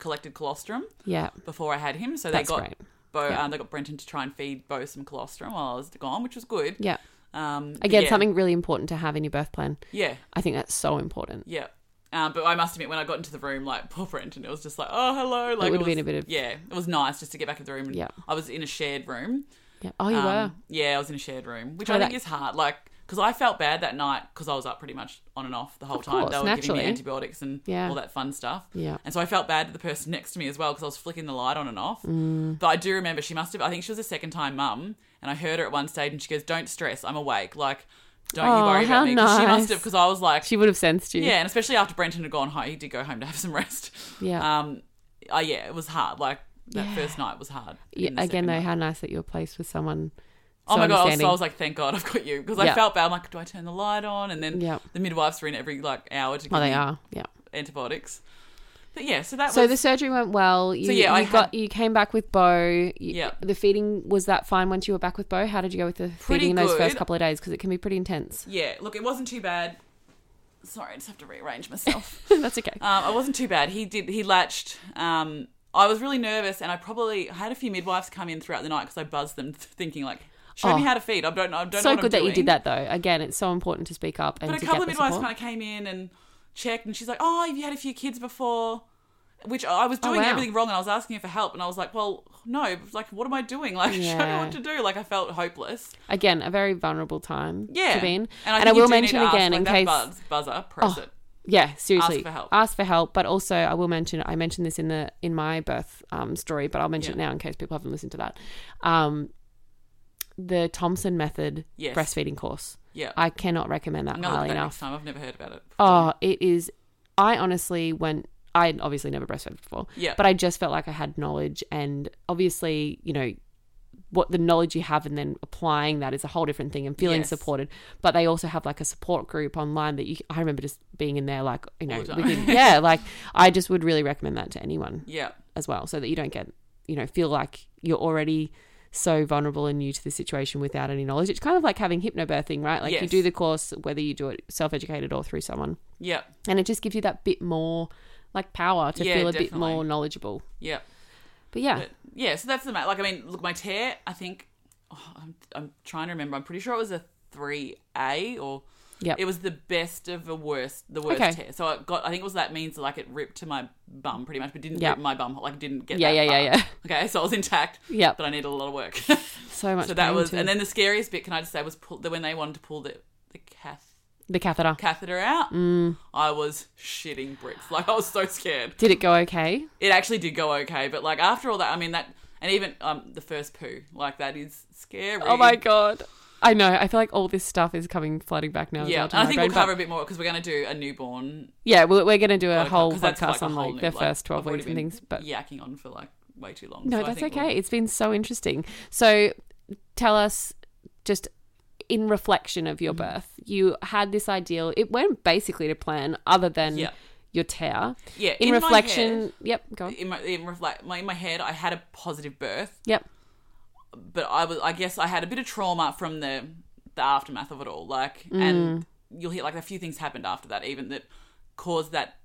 A: collected colostrum
B: yeah,
A: before I had him, so
B: That's
A: they got.
B: great.
A: Bo,
B: Yeah.
A: um, they got Brenton to try and feed Bo some colostrum while I was gone, which was good.
B: yeah.
A: Um, but
B: Again,
A: yeah.
B: something really important to have in your birth plan.
A: Yeah.
B: I think that's so important.
A: Yeah. Um, but I must admit, when I got into the room, like poor Brenton, it was just like, oh, hello. Like was-
B: would've been a bit of-
A: yeah. It was nice just to get back in the room. And
B: Yeah.
A: I was in a shared room.
B: Yeah. Oh, you
A: Um,
B: were.
A: Yeah, I was in a shared room, which
B: Oh,
A: I think
B: that-
A: is hard. Like, because I felt bad that night because I was up pretty much on and off the whole time.
B: course,
A: they were
B: naturally.
A: giving me antibiotics and
B: Yeah.
A: all that fun stuff.
B: Yeah.
A: And so I felt bad to the person next to me as well because I was flicking the light on and off.
B: Mm.
A: But I do remember she must have, I think she was a second time mum. And I heard her at one stage and she goes, Don't stress, I'm awake. Like, don't you
B: Oh,
A: worry
B: how
A: about me. 'Cause She
B: nice.
A: must have, because I was like,
B: She would have sensed you.
A: yeah, and especially after Brenton had gone home, he did go home to have some rest.
B: Yeah.
A: Um. Uh, yeah, it was hard. Like that first night was hard.
B: Yeah,
A: in the
B: Again,
A: second
B: though,
A: night.
B: how nice that you were placed with someone.
A: Oh
B: so
A: my god! I was, so
B: understanding.
A: I was like, thank God I've got you because
B: Yeah.
A: I felt bad. I'm like, do I turn the light on? And then
B: Yeah.
A: the midwives are in every like hour to give
B: Oh, they
A: me
B: are. Yeah.
A: antibiotics. But yeah, so that
B: So
A: was
B: the surgery went well. You,
A: So, yeah,
B: you
A: I
B: got
A: had-
B: you came back with Bo. You-
A: Yeah.
B: The feeding was that fine once you were back with Bo. How did you go with the
A: Pretty
B: feeding in those first
A: good.
B: couple of days? Because it can be pretty intense.
A: yeah. Look, it wasn't too bad. Sorry, I just have to rearrange myself.
B: That's okay.
A: Um, I wasn't too bad. He did. He latched. Um, I was really nervous, and I probably I had a few midwives come in throughout the night because I buzzed them, thinking like, "Show
B: Oh.
A: me how to feed." I don't know. I don't know
B: so
A: what
B: good
A: I'm
B: that you
A: doing."
B: did that though. Again, it's so important to speak up and
A: But
B: to
A: a couple
B: get
A: of
B: the
A: midwives
B: support.
A: kind of came in and checked, and she's like, "Oh, have you had a few kids before?" Which I was doing
B: Oh, wow.
A: everything wrong, and I was asking her for help, and I was like, "Well, no, like, what am I doing? Like, show me
B: Yeah.
A: what to do." Like, I felt hopeless.
B: Again, a very vulnerable time.
A: Yeah,
B: To be in.
A: and I,
B: And,
A: think
B: I
A: you
B: will
A: do need to
B: mention
A: ask,
B: again
A: like,
B: in
A: that
B: case. Oh.
A: buzz, buzzer, press it.
B: Yeah, seriously.
A: for help.
B: Ask for help. But also, I will mention. I mentioned this in the in my birth um, story, but I'll mention it now in case people haven't listened to that. Um, the Thompson method
A: Yes.
B: breastfeeding course.
A: Yeah,
B: I cannot recommend that
A: I'm gonna look
B: highly
A: at that
B: enough.
A: next time. I've never heard about it.
B: Oh, it is. I honestly went. I had obviously never breastfed before.
A: Yeah.
B: But I just felt like I had knowledge, and obviously, you know, what the knowledge you have and then applying that is a whole different thing and feeling
A: Yes.
B: supported. But they also have like a support group online that you. I remember just being in there, like you know,
A: the time.
B: within, yeah, like I just would really recommend that to anyone
A: Yeah,
B: as well, so that you don't get, you know, feel like you're already so vulnerable and new to the situation without any knowledge. It's kind of like having hypnobirthing, right? Like you
A: Yes.
B: do the course, whether you do it self educated or through someone,
A: yeah,
B: and it just gives you that bit more like power to
A: Yeah,
B: feel a bit
A: definitely.
B: more knowledgeable.
A: yeah.
B: But yeah,
A: But yeah, so that's the matter. Like, I mean, look, my tear, I think, oh, I'm, I'm trying to remember. I'm pretty sure it was a 3A or.
B: Yep.
A: It was the best of the worst, the worst
B: Okay.
A: tear. So I got, I think it was that means like it ripped to my bum pretty much, but didn't
B: Yep.
A: rip my bum, like didn't get
B: Yeah,
A: that
B: yeah, yeah,
A: far. Okay, so I was intact.
B: Yep.
A: But I needed a lot of work.
B: so much.
A: so that
B: pain
A: was,
B: too.
A: and then the scariest bit, can I just say, was pull, the, when they wanted to pull the, the cath,
B: the catheter.
A: catheter out, mm. I was shitting bricks. Like I was so scared
B: Did it go okay?
A: it actually did go okay, but like after all that, I mean that, and even um the first poo, like that is scary.
B: Oh my god. I know. I feel like all this stuff is coming flooding back now. as
A: Yeah,
B: well
A: and
B: to
A: I
B: my
A: think
B: brain,
A: we'll
B: but-
A: cover a bit more because we're going to do a newborn
B: Yeah, we're, we're going to do a
A: podcast,
B: whole
A: 'cause that's,
B: podcast
A: like, a
B: on
A: whole
B: like
A: new-
B: their
A: like,
B: first twelve
A: I've already
B: weeks and
A: been
B: things. But
A: yakking on for like way too long.
B: no,
A: so I
B: that's
A: think
B: okay.
A: we'll-
B: It's been so interesting. So, tell us just in reflection of your
A: Mm-hmm.
B: birth, you had this ideal. It went basically to plan, other than
A: Yeah.
B: your tear.
A: yeah,
B: In,
A: my
B: reflection, yep, go on.
A: head- in my in reflect my, in my head, I had a positive birth,
B: Yep,
A: but I was I guess I had a bit of trauma from the the aftermath of it all. Like,
B: Mm.
A: and you'll hear like a few things happened after that, even that caused that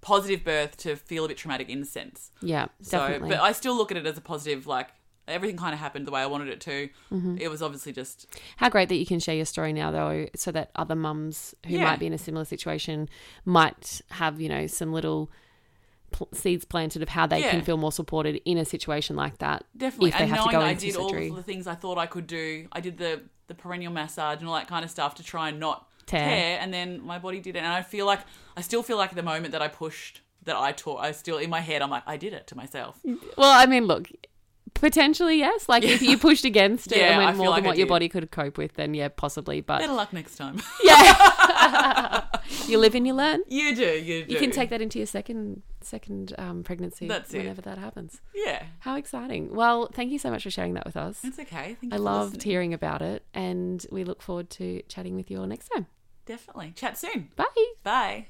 A: positive birth to feel a bit traumatic in a sense.
B: yeah,
A: So,
B: definitely.
A: but I still look at it as a positive. Like everything kind of happened the way I wanted it to.
B: Mm-hmm.
A: It was obviously just
B: How great that you can share your story now, though, so that other mums who
A: Yeah.
B: might be in a similar situation might have, you know, some little pl- seeds planted of how they
A: Yeah.
B: can feel more supported in a situation like that.
A: definitely
B: If they
A: and
B: have
A: knowing
B: to go
A: that I
B: into
A: did
B: surgery.
A: all of the things I thought I could do. I did the the perennial massage and all that kind of stuff to try and not
B: Tear.
A: tear. and then my body did it. And I feel like I still feel like at the moment that I pushed that I taught. I still in my head I'm like I did it to myself.
B: Well, I mean, look, potentially yes. Like if you pushed against it
A: Yeah,
B: and
A: I
B: went
A: feel
B: more
A: like
B: than
A: I
B: what your
A: did.
B: body could cope with, then yeah, possibly. But
A: Better luck next time.
B: yeah, you live and you learn.
A: you do. You do.
B: You can take that into your second second um, pregnancy
A: That's it.
B: whenever that happens.
A: Yeah,
B: How exciting! Well, thank you so much for sharing that with us.
A: it's okay. Thank you
B: I
A: for
B: loved
A: listening.
B: hearing about it, and we look forward to chatting with you all next time.
A: Definitely. Chat soon.
B: Bye.
A: Bye.